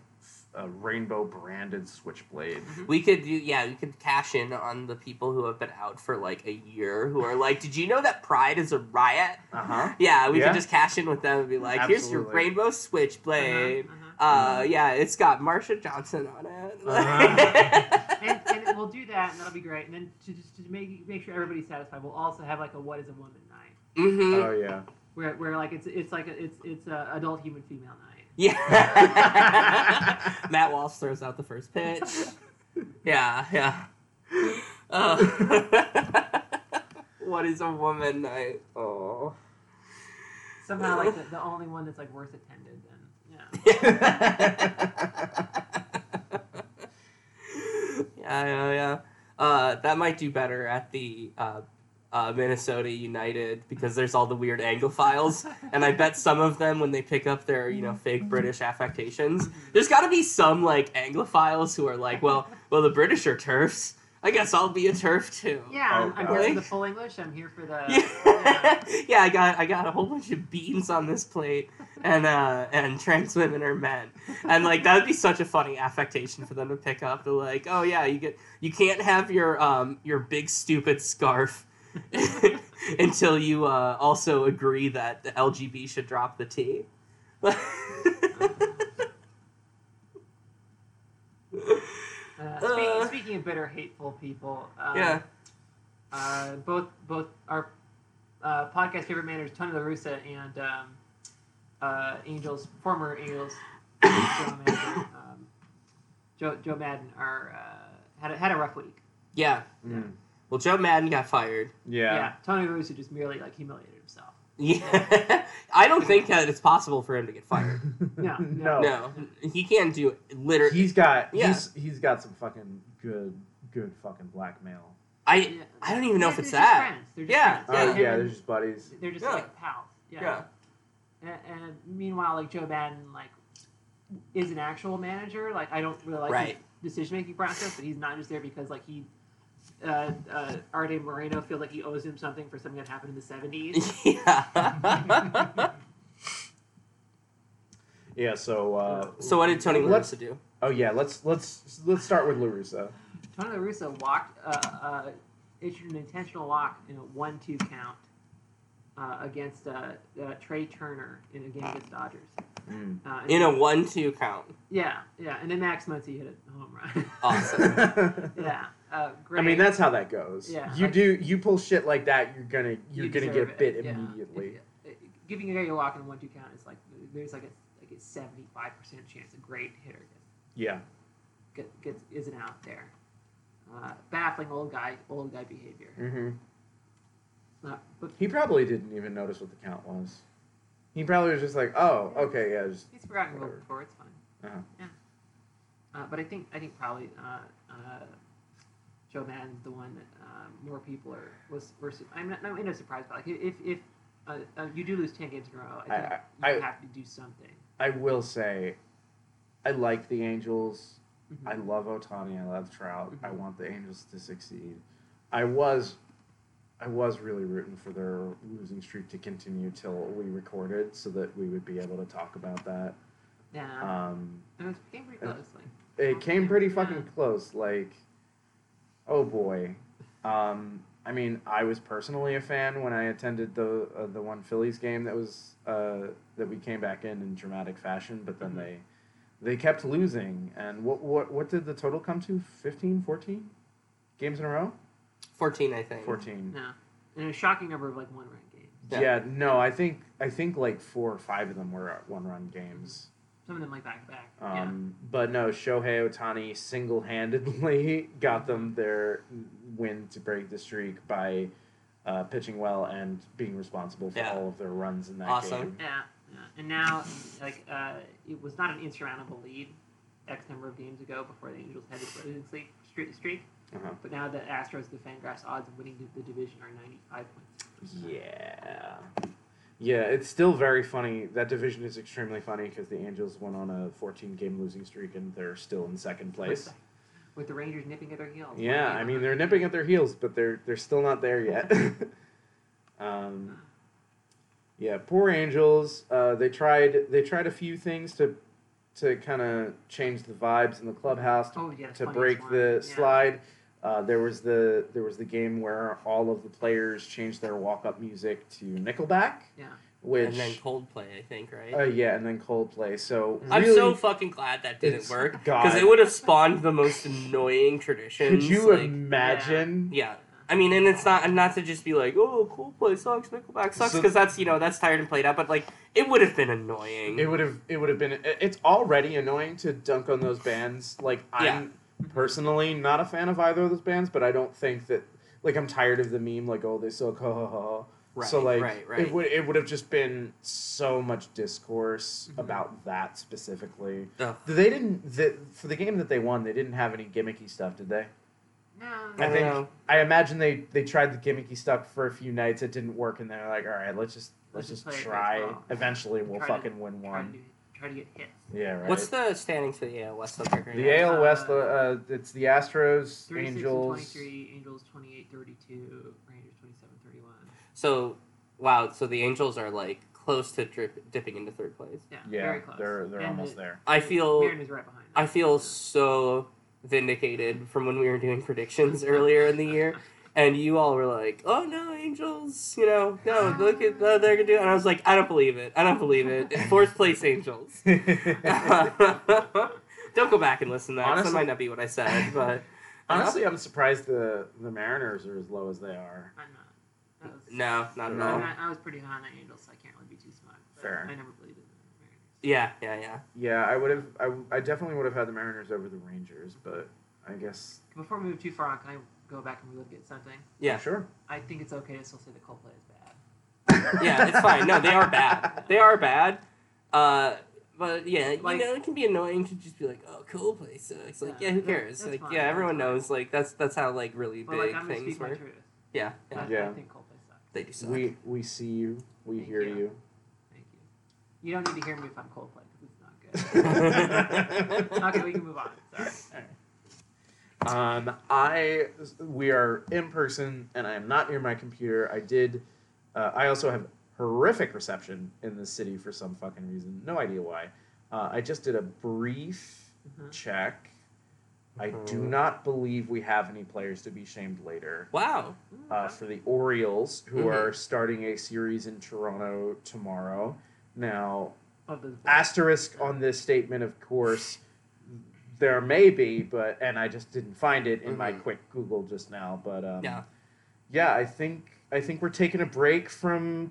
Speaker 3: a rainbow branded switchblade.
Speaker 1: We could do yeah, we could cash in on the people who have been out for like a year who are like, did you know that Pride is a riot?
Speaker 3: Uh
Speaker 2: Uh-huh.
Speaker 3: huh.
Speaker 1: Yeah, we
Speaker 3: Yeah.
Speaker 1: could just cash in with them and be like, here's your
Speaker 3: Absolutely.
Speaker 1: rainbow switchblade.
Speaker 2: Uh-huh, uh-huh.
Speaker 1: Uh, yeah, it's got Marsha Johnson on it.
Speaker 3: Uh-huh.
Speaker 2: and, and we'll do that, and that'll be great. And then to just to make make sure everybody's satisfied, we'll also have like a "What is a Woman" night,
Speaker 1: hmm
Speaker 3: Oh yeah.
Speaker 2: where where like it's it's like a, it's it's a adult human female night.
Speaker 1: Yeah. Matt Walsh throws out the first pitch. Yeah, yeah. Uh, what is a woman night? Oh.
Speaker 2: Somehow like the, the only one that's like worth attended. And yeah,
Speaker 1: yeah, yeah, yeah. Uh, that might do better at the uh, uh, Minnesota United because there's all the weird Anglophiles, and I bet some of them, when they pick up their you know fake British affectations, there's got to be some like Anglophiles who are like, well, well, the British are turfs. I guess I'll be a turf too.
Speaker 2: Yeah,
Speaker 3: Oh,
Speaker 2: I'm, I'm
Speaker 1: God.
Speaker 2: here for the full English. I'm here for the.
Speaker 1: Yeah. yeah, I got I got a whole bunch of beans on this plate, and uh, and trans women are men, and like that would be such a funny affectation for them to pick up. They're like, oh yeah, you get you can't have your um your big stupid scarf
Speaker 2: Uh,
Speaker 1: until you uh, also agree that the LGB should drop the T.
Speaker 2: Uh,
Speaker 1: Uh.
Speaker 2: speaking, speaking of bitter, hateful people. Um,
Speaker 1: yeah,
Speaker 2: Uh, both both our uh, podcast favorite managers Tony La Russa and um, uh, Angels former Angels general manager, um, Joe Joe Madden are uh, had a, had a rough week.
Speaker 1: yeah.
Speaker 3: Mm.
Speaker 1: Well, Joe Madden got fired.
Speaker 3: Yeah.
Speaker 2: Tony La Russa just merely like humiliated himself.
Speaker 1: Yeah, I don't think that it's possible for him to get fired.
Speaker 2: No,
Speaker 3: no.
Speaker 1: No, he can't do it. Literally,
Speaker 3: He's got
Speaker 1: Yeah.
Speaker 3: he's he's got some fucking good good fucking blackmail.
Speaker 1: I I don't even know
Speaker 2: Yeah,
Speaker 1: if it's
Speaker 2: they're just
Speaker 1: that.
Speaker 2: friends. They're just
Speaker 1: Yeah,
Speaker 2: friends.
Speaker 3: Oh
Speaker 1: Yeah.
Speaker 3: yeah, they're just buddies.
Speaker 2: they're just
Speaker 1: Yeah.
Speaker 2: like pals. Yeah.
Speaker 1: Yeah.
Speaker 2: And, and meanwhile, like Joe Madden, like is an actual manager. Like I don't really like
Speaker 1: Right.
Speaker 2: his decision making process, but he's not just there because like he. Uh, uh, Arte Moreno feels like he owes him something for something that happened in the seventies.
Speaker 1: yeah.
Speaker 3: Yeah, so uh,
Speaker 1: so what did Tony
Speaker 3: Let's-
Speaker 1: Larusa do?
Speaker 3: Oh yeah, let's let's let's start with Larusa.
Speaker 2: Tony La Russa walked, uh, uh, issued an intentional walk in a one-two count uh, against uh, uh, Trey Turner in a game against Dodgers.
Speaker 3: Mm.
Speaker 2: Uh, and-
Speaker 1: In a one-two count.
Speaker 2: yeah, yeah, and then Max Muncy hit a home run.
Speaker 1: Oh. Awesome.
Speaker 2: yeah, uh, great.
Speaker 3: I mean, that's how that goes.
Speaker 2: Yeah,
Speaker 3: you
Speaker 2: like-
Speaker 3: do you pull shit like that, you're gonna you're
Speaker 2: You
Speaker 3: gonna
Speaker 2: deserve
Speaker 3: get
Speaker 2: it,
Speaker 3: bit
Speaker 2: yeah.
Speaker 3: immediately.
Speaker 2: Uh, giving a guy a walk in a one-two count is like there's like a like a seventy-five percent chance a great hitter
Speaker 3: Yeah.
Speaker 2: gets, gets isn't out there. Uh, baffling old guy, old guy behavior.
Speaker 1: Mm-hmm.
Speaker 3: hmm
Speaker 2: Uh, but
Speaker 3: He probably didn't even notice what the count was. He probably was just like, oh, okay, yeah, just,
Speaker 2: he's forgotten World
Speaker 3: Whatever.
Speaker 2: before. It's fine.
Speaker 3: uh-huh.
Speaker 2: Uh, but I think I think probably uh, uh, Joe Madden's the one that um, more people are was. Were, su- I'm not, I'm not surprised, but like if if uh, uh, you do lose ten games in a row, I think
Speaker 3: I- I-
Speaker 2: you
Speaker 3: I-
Speaker 2: have to do something.
Speaker 3: I will say, I like the Angels.
Speaker 2: Mhm.
Speaker 3: I love Otani. I love Trout. I
Speaker 2: Mhm.
Speaker 3: want the Angels to succeed. I was, I was really rooting for their losing streak to continue till we recorded, so that we would be able to talk about that.
Speaker 2: yeah,
Speaker 3: Um,
Speaker 2: it was it came pretty
Speaker 3: uh,
Speaker 2: close. Like
Speaker 3: it came pretty fucking
Speaker 2: Oh, Yeah.
Speaker 3: close. Like, oh boy. Um, I mean, I was personally a fan when I attended the uh, the one Phillies game that was uh, that we came back in in dramatic fashion, but then
Speaker 2: Mhm.
Speaker 3: they they kept losing. And what what what did the total come to? 15, 14 games in a row?
Speaker 1: Fourteen, I think.
Speaker 3: 14.
Speaker 2: no, and a shocking number of like one run games.
Speaker 1: Yeah.
Speaker 3: Yeah. no, I think I think like 4 or 5 of them were one-run games.
Speaker 2: Some of them like back to back. yeah.
Speaker 3: Um, But no, Shohei Otani single handedly got them their win to break the streak by uh, pitching well and being responsible for
Speaker 1: Yeah.
Speaker 3: all of their runs in that
Speaker 1: Awesome.
Speaker 3: game.
Speaker 2: Yeah, yeah. And now, like, uh, it was not an insurmountable lead X number of games ago before the Angels had this losing sleep, streak, streak.
Speaker 3: Uh-huh.
Speaker 2: But now the Astros, the Fangraphs odds of winning the, the division are 95 points.
Speaker 3: Yeah. Yeah, it's still very funny. That division is extremely funny because the Angels went on a 14 game losing streak and they're still in second place.
Speaker 2: With, the, with the Rangers nipping at their heels.
Speaker 3: Yeah, I mean they're nipping at their heels, but they're they're still not there yet. um, yeah, poor Angels. Uh, they tried they tried a few things to to kind of change the vibes in the clubhouse to,
Speaker 2: Oh, yeah.
Speaker 3: to break the slide. Uh, there was the there was the game where all of the players changed their walk up music to Nickelback.
Speaker 2: Yeah.
Speaker 3: Which
Speaker 1: And then Coldplay, I think, right?
Speaker 3: uh, yeah, and then Coldplay. So
Speaker 1: I'm
Speaker 3: really,
Speaker 1: so fucking glad that didn't
Speaker 3: It's-
Speaker 1: work because
Speaker 3: God,
Speaker 1: it would have spawned the most annoying traditions.
Speaker 3: could you
Speaker 1: like-
Speaker 3: imagine?
Speaker 1: yeah. I mean, and it's not and not to just be like, oh, Coldplay sucks, Nickelback sucks,
Speaker 3: So-
Speaker 1: because that's you know that's tired and played out. But like, it would have been annoying.
Speaker 3: It would have. It would have been. it- It's already annoying to dunk on those bands. Like I'm personally not a fan of either of those bands, but I don't think that. Like I'm tired of the meme. Like oh, they suck. Ha ha ha.
Speaker 1: right,
Speaker 3: so like
Speaker 1: right, right.
Speaker 3: it would. It would have just been so much discourse
Speaker 2: Mhm.
Speaker 3: about that specifically.
Speaker 1: Ugh.
Speaker 3: They didn't. The, for the game that they won, they didn't have any gimmicky stuff, did they?
Speaker 2: No.
Speaker 1: I
Speaker 3: I
Speaker 1: don't
Speaker 3: think-
Speaker 1: know.
Speaker 3: I imagine they they tried the gimmicky stuff for a few nights. It didn't work, and they're like, all right, let's just
Speaker 2: Let's
Speaker 3: let's,
Speaker 2: just
Speaker 3: just
Speaker 2: play it
Speaker 3: try.
Speaker 2: baseball."
Speaker 3: Eventually, we'll
Speaker 2: Try to-
Speaker 3: fucking win
Speaker 2: Try to
Speaker 3: one.
Speaker 2: do try to get hits.
Speaker 3: Yeah, right.
Speaker 1: What's the standings for the AL West up right
Speaker 3: the
Speaker 1: now?
Speaker 3: AL West?
Speaker 2: Uh,
Speaker 3: Uh, uh, it's the Astros,
Speaker 2: Three six and
Speaker 3: Angels.
Speaker 2: 23, Angels 28, 32, Rangers 27, 31.
Speaker 1: So wow, so the Angels are like close to drip, dipping into third place.
Speaker 2: Yeah,
Speaker 3: Yeah,
Speaker 2: very close.
Speaker 3: they're they're
Speaker 2: And
Speaker 3: almost
Speaker 2: the-
Speaker 3: there.
Speaker 1: I feel
Speaker 2: Mariners right behind.
Speaker 1: I
Speaker 2: them.
Speaker 1: feel so vindicated from when we were doing predictions earlier in the year. And you all were like, "Oh no, angels! You know, no, look at what they're gonna do." And I was like, "I don't believe it! I don't believe it!" In fourth place, angels. don't go back and listen to that. 'cause
Speaker 3: Honestly-
Speaker 1: that might not be what I said, but
Speaker 3: Honestly, I'm surprised the the Mariners are as low as they are.
Speaker 2: I'm not. That was,
Speaker 1: no, not at
Speaker 3: No.
Speaker 1: all.
Speaker 2: I, I was pretty high on the Angels, so I can't really be too smart. but
Speaker 3: Fair.
Speaker 2: I never believed in the Mariners.
Speaker 1: Yeah, yeah, yeah.
Speaker 3: Yeah, I would have. I, I definitely would have had the Mariners over the Rangers, but I guess.
Speaker 2: Before we move too far on, can I go back and relook at something?
Speaker 1: Yeah.
Speaker 3: Sure.
Speaker 2: I think it's okay to still say that Coldplay is bad.
Speaker 1: Yeah, it's fine. No, they are bad. They are bad. Uh, but yeah, you
Speaker 2: Like-
Speaker 1: know, it can be annoying to just be like, "Oh, Coldplay sucks." Like,
Speaker 2: Yeah,
Speaker 1: yeah, who
Speaker 2: that-
Speaker 1: cares?
Speaker 2: that's
Speaker 1: Like,
Speaker 2: fine,
Speaker 1: yeah,
Speaker 2: that's
Speaker 1: everyone
Speaker 2: fine.
Speaker 1: knows. Like, that's that's how like really
Speaker 2: But
Speaker 1: big
Speaker 2: like, I'm gonna
Speaker 1: things
Speaker 2: speak my
Speaker 1: work.
Speaker 2: truth.
Speaker 1: Yeah, yeah,
Speaker 2: I, I
Speaker 3: Yeah.
Speaker 2: think Coldplay sucks.
Speaker 1: they do suck.
Speaker 3: We we see you. We
Speaker 2: Thank
Speaker 3: hear
Speaker 2: you.
Speaker 3: you.
Speaker 2: Thank you. You don't need to hear me if I'm Coldplay because it's not good. okay, we
Speaker 1: Okay,
Speaker 2: can move on. Sorry.
Speaker 3: Um, I we are in person, and I am not near my computer. I did. Uh, I also have horrific reception in this city for some fucking reason. No idea why. Uh, I just did a brief
Speaker 2: Mhm.
Speaker 3: check. I do
Speaker 1: Mhm.
Speaker 3: not believe we have any players to be shamed later.
Speaker 1: Wow.
Speaker 2: Mm,
Speaker 3: Uh,
Speaker 2: okay.
Speaker 3: for the Orioles, who
Speaker 1: Mhm.
Speaker 3: are starting a series in Toronto tomorrow. Now,
Speaker 2: Of those bands.
Speaker 3: asterisk on this statement, of course, there may be, but and I just didn't find it in my
Speaker 1: Mhm.
Speaker 3: quick Google just now. But um,
Speaker 1: Yeah.
Speaker 3: yeah, I think I think we're taking a break from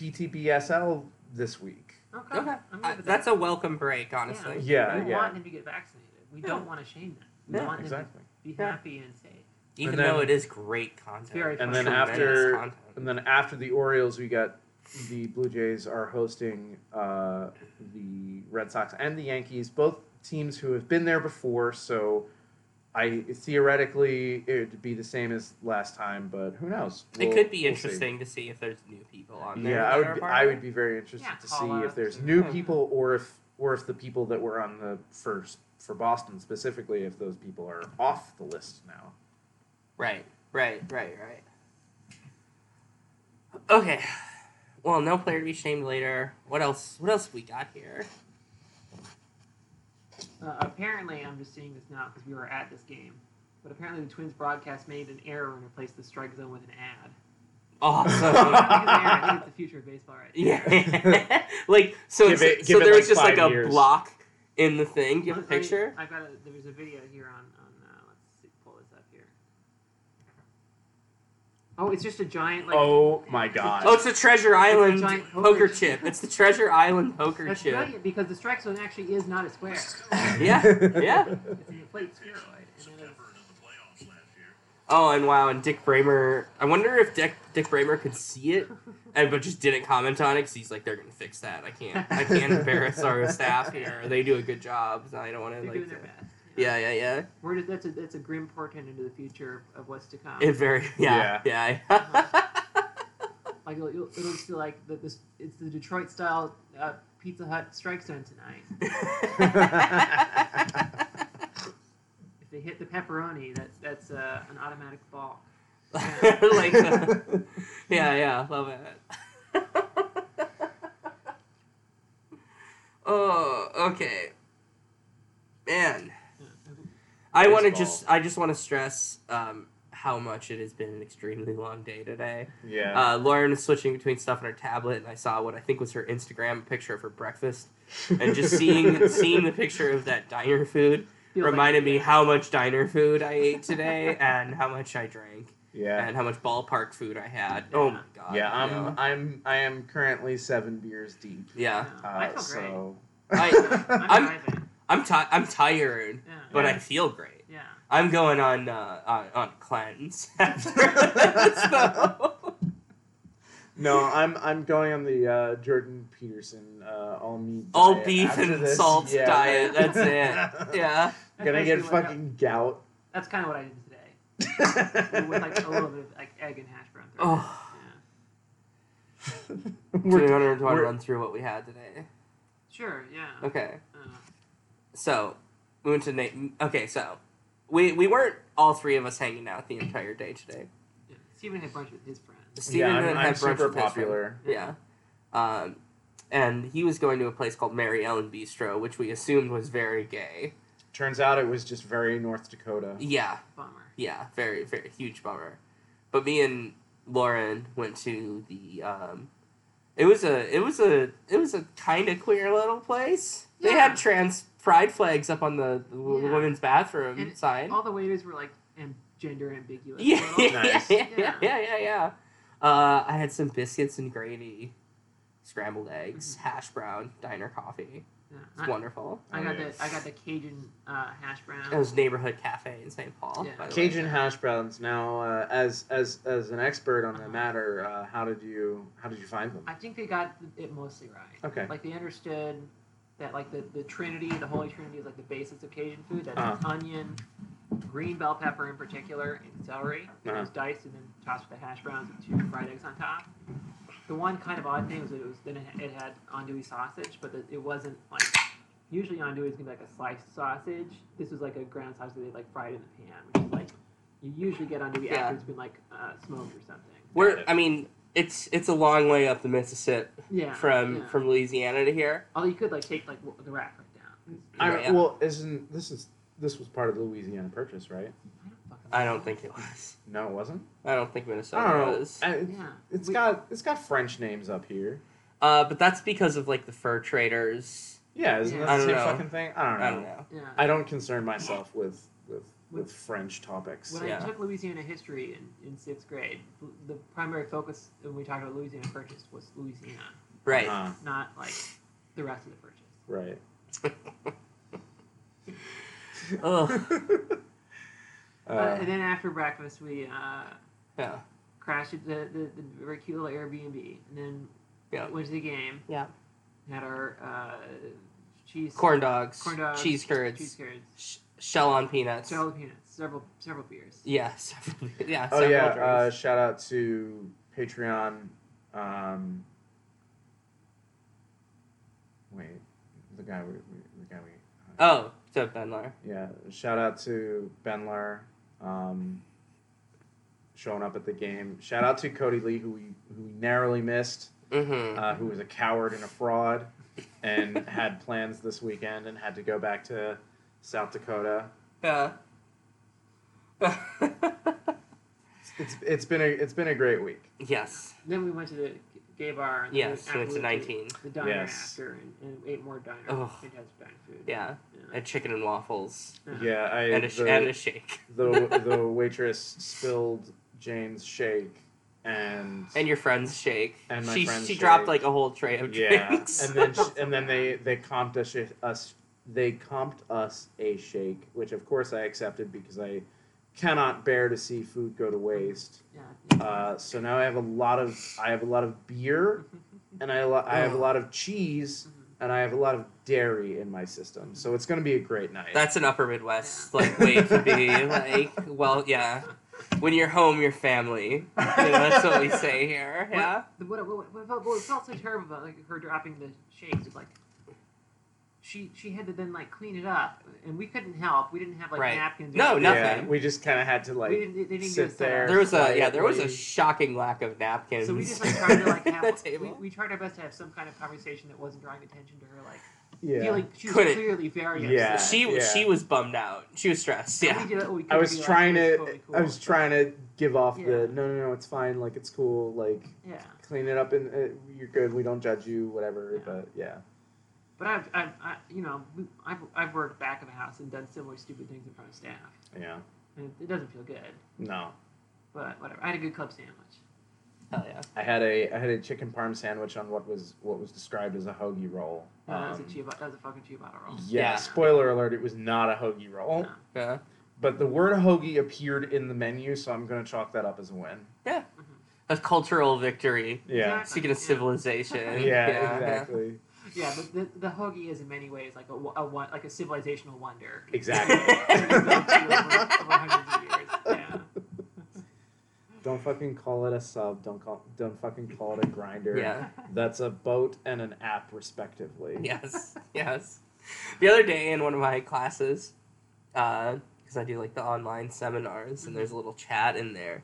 Speaker 3: PTBSL this week.
Speaker 2: Okay.
Speaker 1: Okay.
Speaker 2: I'm good
Speaker 1: I,
Speaker 2: with
Speaker 1: that's
Speaker 2: that.
Speaker 1: a welcome break, honestly.
Speaker 3: Yeah,
Speaker 2: We
Speaker 3: yeah.
Speaker 2: want them to get vaccinated. We
Speaker 1: Yeah.
Speaker 2: don't want to shame them. We
Speaker 1: Yeah,
Speaker 2: want
Speaker 3: exactly.
Speaker 2: them to be
Speaker 1: Yeah.
Speaker 2: happy and safe.
Speaker 1: Even
Speaker 3: And then-
Speaker 1: though it is great content.
Speaker 2: Very
Speaker 3: And then
Speaker 1: Tremendous
Speaker 3: after-
Speaker 1: content.
Speaker 3: And then after the Orioles, we got the Blue Jays are hosting uh, the Red Sox and the Yankees, both teams who have been there before. So I theoretically it would be the same as last time, but who knows?
Speaker 1: it
Speaker 3: We'll-
Speaker 1: could be
Speaker 3: we'll see.
Speaker 1: interesting to see if there's new people on there.
Speaker 3: yeah, I
Speaker 1: that are
Speaker 3: would. Be,
Speaker 1: part
Speaker 3: I
Speaker 1: of
Speaker 3: would
Speaker 1: it.
Speaker 3: be very interested
Speaker 2: Yeah,
Speaker 3: to
Speaker 2: call
Speaker 3: see if
Speaker 2: up
Speaker 3: there's
Speaker 2: or-
Speaker 3: new
Speaker 1: Mhm.
Speaker 3: people or if or if the people that were on the first for Boston specifically, if those people are off the list now.
Speaker 1: Right, right, right, right. Okay. Well, no player to be shamed later. What else? What else we got here?
Speaker 2: Uh, apparently, I'm just seeing this now because we were at this game. But apparently, the Twins broadcast made an error and replaced the strike zone with an ad.
Speaker 1: Awesome.
Speaker 2: I think it's an error. I think it's the future of baseball, right? now.
Speaker 1: yeah. like so.
Speaker 3: Give
Speaker 1: it's-
Speaker 3: it-
Speaker 1: so
Speaker 3: give it,
Speaker 1: there
Speaker 3: like,
Speaker 1: was just like
Speaker 3: five
Speaker 1: a
Speaker 3: years.
Speaker 1: block in the thing. Do you have a
Speaker 2: Let me-
Speaker 1: picture?
Speaker 2: I've got a. There's a video here on. on uh, let's see, pull this up here. Oh, it's just a giant like.
Speaker 3: Oh my god!
Speaker 1: Oh, it's the Treasure Island
Speaker 2: giant
Speaker 1: poker,
Speaker 2: poker
Speaker 1: chip.
Speaker 2: chip.
Speaker 1: It's the Treasure Island poker
Speaker 2: That's
Speaker 1: chip.
Speaker 2: brilliant because the strike zone actually is not a square. It's
Speaker 1: Yeah, yeah.
Speaker 2: an inflated spheroid. And it is,
Speaker 1: Oh, and wow, and Dick Bramer. I wonder if Dick Dick Bramer could see it, and but just didn't comment on it because he's like, they're gonna fix that. I can't, I can't embarrass our staff here. They do a good job. So I don't want
Speaker 2: they're
Speaker 1: to
Speaker 2: doing
Speaker 1: like.
Speaker 2: their
Speaker 1: to-
Speaker 2: best.
Speaker 1: Yeah, yeah, yeah.
Speaker 2: We're just, that's a that's a grim portent into the future of what's to come.
Speaker 1: It very. Yeah, yeah.
Speaker 2: like it'll, it'll, it'll just be like the, this. It's the Detroit style uh, Pizza Hut strike zone tonight. If they hit the pepperoni, that's that's uh, an automatic ball.
Speaker 1: like, uh, yeah, yeah. Love it. oh, okay. Man. I want to
Speaker 3: Baseball.
Speaker 1: just I just want to stress um, how much it has been an extremely long day today.
Speaker 3: yeah.
Speaker 1: Uh, Lauren is switching between stuff on her tablet, and I saw what I think was her Instagram picture of her breakfast, and just seeing seeing the picture of that diner food
Speaker 2: Feels like-
Speaker 1: reminded me how much diner food I ate today, and how much I drank,
Speaker 3: yeah
Speaker 1: and how much ballpark food I had. Oh my god!
Speaker 3: yeah i'm
Speaker 1: no.
Speaker 3: i'm i am currently seven beers deep
Speaker 1: yeah.
Speaker 2: Yeah,
Speaker 3: uh,
Speaker 2: I feel great.
Speaker 3: so
Speaker 1: I-
Speaker 2: I'm,
Speaker 1: I'm-
Speaker 2: driving.
Speaker 1: I'm ti I'm tired,
Speaker 2: Yeah.
Speaker 1: but
Speaker 3: Yeah.
Speaker 1: I feel great.
Speaker 2: yeah.
Speaker 1: I'm going on uh, on, on cleanse after this, though.
Speaker 3: no i'm i'm going on the uh jordan peterson uh all meat
Speaker 1: All
Speaker 3: diet
Speaker 1: beef
Speaker 3: after
Speaker 1: and
Speaker 3: this.
Speaker 1: salts
Speaker 3: Yeah.
Speaker 1: diet. That's it. Yeah.
Speaker 2: That's
Speaker 3: gonna get
Speaker 2: basically what-
Speaker 3: fucking gout
Speaker 2: That's kind of what I did today, with like a little bit of like egg and hash brown. thrown in.
Speaker 1: Oh.
Speaker 2: Yeah.
Speaker 1: Do you
Speaker 3: We're-
Speaker 1: want to
Speaker 3: we're-
Speaker 1: run through what we had today?
Speaker 2: Sure. Yeah.
Speaker 1: Okay.
Speaker 2: Uh,
Speaker 1: So, we went to Nate. Okay, so we we weren't all three of us hanging out the entire day today.
Speaker 2: yeah. Stephen had brunch with his friends.
Speaker 1: Steven
Speaker 3: yeah, I'm,
Speaker 1: had
Speaker 3: I'm
Speaker 1: brunch with
Speaker 3: super
Speaker 1: his friend.
Speaker 3: popular.
Speaker 1: Yeah. Um, and he was going to a place called Mary Ellen Bistro, which we assumed was very gay.
Speaker 3: Turns out it was just very North Dakota.
Speaker 1: Yeah,
Speaker 2: Bummer.
Speaker 1: yeah, very, very huge bummer. But me and Lauren went to the. Um, it was a, it was a, it was a kind of queer little place. They
Speaker 2: Yeah.
Speaker 1: had trans pride flags up on the w-
Speaker 2: Yeah.
Speaker 1: women's bathroom
Speaker 2: And
Speaker 1: sign.
Speaker 2: All the waiters were like am- gender ambiguous.
Speaker 1: Yeah,
Speaker 2: Well,
Speaker 1: yeah,
Speaker 3: Nice.
Speaker 1: yeah, yeah,
Speaker 2: Yeah.
Speaker 1: yeah, yeah, yeah. Uh, I had some biscuits and gravy, scrambled eggs,
Speaker 2: Mm-hmm.
Speaker 1: hash brown, diner coffee.
Speaker 2: yeah.
Speaker 1: It's wonderful.
Speaker 2: I, I got
Speaker 3: Yeah.
Speaker 2: the I got the Cajun uh, hash brown.
Speaker 1: It was neighborhood cafe in St. Paul.
Speaker 2: Yeah.
Speaker 1: by the way.
Speaker 3: Cajun hash browns. Now, uh, as as as an expert on the
Speaker 2: Uh-huh.
Speaker 3: matter, uh, how did you how did you find them?
Speaker 2: I think they got it mostly right.
Speaker 3: Okay.
Speaker 2: Like they understood that like the, the Trinity, the Holy Trinity is like the basis of Cajun food. That's
Speaker 3: Uh-huh.
Speaker 2: onion, green bell pepper in particular, and celery. And
Speaker 1: Uh-huh.
Speaker 2: It was diced and then tossed with the hash browns and two fried eggs on top. The one kind of odd thing was that it was then it- it had andouille sausage, but that it wasn't like usually andouille is gonna be like a sliced sausage. This was like a ground sausage that they like fried in the pan, which is like you usually get andouille
Speaker 1: Yeah.
Speaker 2: after it's been like uh, smoked or something.
Speaker 1: We're, I mean, it's it's a long way up the Mississippi
Speaker 2: Yeah.
Speaker 1: from
Speaker 2: yeah.
Speaker 1: from Louisiana to here.
Speaker 2: Although you could like take like w- the rack right down.
Speaker 3: I,
Speaker 1: Yeah.
Speaker 3: Well, isn't this is this was part of the Louisiana Purchase, right?
Speaker 2: I don't fucking
Speaker 1: I
Speaker 2: know.
Speaker 1: don't think it was.
Speaker 3: No, it wasn't.
Speaker 1: I don't think Minnesota
Speaker 3: I don't know.
Speaker 1: was.
Speaker 3: I- it-
Speaker 2: Yeah.
Speaker 3: It's
Speaker 2: We-
Speaker 3: got it's got French names up here.
Speaker 1: Uh, but that's because of like the fur traders.
Speaker 3: Yeah, isn't
Speaker 2: Yeah.
Speaker 3: that
Speaker 1: I
Speaker 3: the
Speaker 1: don't
Speaker 3: same
Speaker 1: know.
Speaker 3: fucking thing? I don't know.
Speaker 1: I don't know.
Speaker 2: Yeah.
Speaker 3: I don't concern myself with with with French topics.
Speaker 2: when
Speaker 1: yeah.
Speaker 2: I took Louisiana history in, in sixth grade, l- the primary focus when we talked about Louisiana Purchase was Louisiana,
Speaker 1: Right.
Speaker 3: Uh,
Speaker 2: not like the rest of the purchase.
Speaker 3: right. Uh-huh.
Speaker 1: Ugh.
Speaker 2: But-
Speaker 3: Uh,
Speaker 2: and then after breakfast, we uh,
Speaker 1: Yeah.
Speaker 2: crashed at the, the, the very cute little Airbnb, and then
Speaker 1: Yeah.
Speaker 2: went to the game.
Speaker 1: Yeah.
Speaker 2: Had our uh, cheese
Speaker 1: Corn dogs.
Speaker 2: corn dogs,
Speaker 1: Cheese curds.
Speaker 2: cheese curds,
Speaker 1: Sh- shell on peanuts.
Speaker 2: several peanuts, several several beers.
Speaker 1: Yeah. Several, yeah.
Speaker 3: oh
Speaker 1: several
Speaker 3: yeah. Uh,
Speaker 1: drinks.
Speaker 3: shout out to Patreon. Um, wait, the guy we, we the guy we. uh,
Speaker 1: oh, so Benlar.
Speaker 3: Yeah. Shout out to Benler. Um, showing up at the game. Shout out to Cody Lee, who we who we narrowly missed.
Speaker 1: Mm-hmm.
Speaker 3: uh, who was a coward and a fraud and had plans this weekend and had to go back to South Dakota. Uh.
Speaker 1: Yeah.
Speaker 3: It's, it's been a it's been a great week.
Speaker 1: yes.
Speaker 2: Then we went to the gay bar. And then
Speaker 1: Yes.
Speaker 2: after
Speaker 1: Went to
Speaker 2: we went
Speaker 1: nineteen.
Speaker 2: the diner
Speaker 3: Yes.
Speaker 2: after and, and ate more diner.
Speaker 1: Ugh.
Speaker 2: Fantastic diner food.
Speaker 1: Yeah. And chicken and waffles.
Speaker 3: Yeah, I
Speaker 1: And Uh-huh. a, sh-
Speaker 3: the,
Speaker 1: and a shake.
Speaker 3: the the waitress spilled Jane's shake and
Speaker 1: And your friends shake.
Speaker 3: And my
Speaker 1: she
Speaker 3: friends
Speaker 1: she
Speaker 3: shake.
Speaker 1: dropped like a whole tray of
Speaker 3: yeah,
Speaker 1: drinks.
Speaker 3: and then sh- and then they they comped us sh- us they comped us a shake, which of course I accepted because I cannot bear to see food go to waste.
Speaker 2: Yeah. yeah.
Speaker 3: Uh, so now I have a lot of I have a lot of beer, and I lo- I have a lot of cheese, and I have a lot of dairy in my system. So it's gonna be a great night.
Speaker 1: That's an upper Midwest like way to be. Like, well, yeah. When you're home, you're family. You know, that's what we say here. Yeah.
Speaker 2: What, what, what, what, felt, what felt so terrible about like her dropping the shakes is like she she had to then like clean it up, and we couldn't help. We didn't have like
Speaker 1: Right.
Speaker 2: napkins. or
Speaker 1: No,
Speaker 2: anything.
Speaker 1: nothing.
Speaker 3: Yeah, we just kind of had to
Speaker 2: we
Speaker 3: like
Speaker 2: didn't. They didn't give
Speaker 3: sit
Speaker 2: us that.
Speaker 1: There was a
Speaker 3: Quietly.
Speaker 1: yeah. There was a shocking lack of napkins.
Speaker 2: So we just like tried to like
Speaker 1: at
Speaker 2: have
Speaker 1: the
Speaker 2: we,
Speaker 1: table.
Speaker 2: we tried our best to have some kind of conversation that wasn't drawing attention to her like
Speaker 3: yeah.
Speaker 2: feeling she was
Speaker 1: Couldn't.
Speaker 2: clearly very
Speaker 3: Yeah.
Speaker 2: upset.
Speaker 1: she was
Speaker 3: yeah.
Speaker 1: she was bummed out. She was stressed.
Speaker 2: And
Speaker 1: Yeah.
Speaker 2: we did what we could
Speaker 3: I
Speaker 2: to
Speaker 3: was
Speaker 2: be, like,
Speaker 3: trying
Speaker 2: "This is
Speaker 3: to
Speaker 2: totally cool."
Speaker 3: I was trying to give off
Speaker 2: Yeah.
Speaker 3: the no no no it's fine like it's cool like
Speaker 2: yeah.
Speaker 3: clean it up and uh, you're good we don't judge you whatever
Speaker 2: Yeah.
Speaker 3: but yeah
Speaker 2: But I've, I've I, you know, we- I've, I've worked back of the house and done similar stupid things in front of staff.
Speaker 3: yeah
Speaker 2: And it, it doesn't feel good,
Speaker 3: no
Speaker 2: but whatever. I had a good club sandwich.
Speaker 1: Hell yeah.
Speaker 3: I had a I had a chicken parm sandwich on what was what was described as a hoagie roll
Speaker 2: No, that was a
Speaker 3: Um,
Speaker 2: ciabatta, that was a fucking ciabatta roll.
Speaker 3: Yeah,
Speaker 1: Yeah.
Speaker 3: spoiler alert, it was not a hoagie roll.
Speaker 2: Oh. No.
Speaker 1: Yeah.
Speaker 3: But the word hoagie appeared in the menu, so I'm going to chalk that up as a win.
Speaker 1: A cultural victory.
Speaker 3: Yeah.
Speaker 2: Exactly,
Speaker 1: Speaking of
Speaker 2: yeah.
Speaker 3: Yeah,
Speaker 1: civilization.
Speaker 3: exactly.
Speaker 2: Yeah, but the, the hoagie is in many ways like a, wo- a wo- like a civilizational wonder.
Speaker 3: Exactly.
Speaker 2: It's been built to over- over hundreds of years. Yeah.
Speaker 3: Don't Don't fucking call it a sub. Don't call. Don't fucking call it a grinder.
Speaker 1: Yeah.
Speaker 3: That's a boat and an app, respectively.
Speaker 1: Yes. Yes. The other day in one of my classes, because I do like the online seminars, and there's a little chat in there,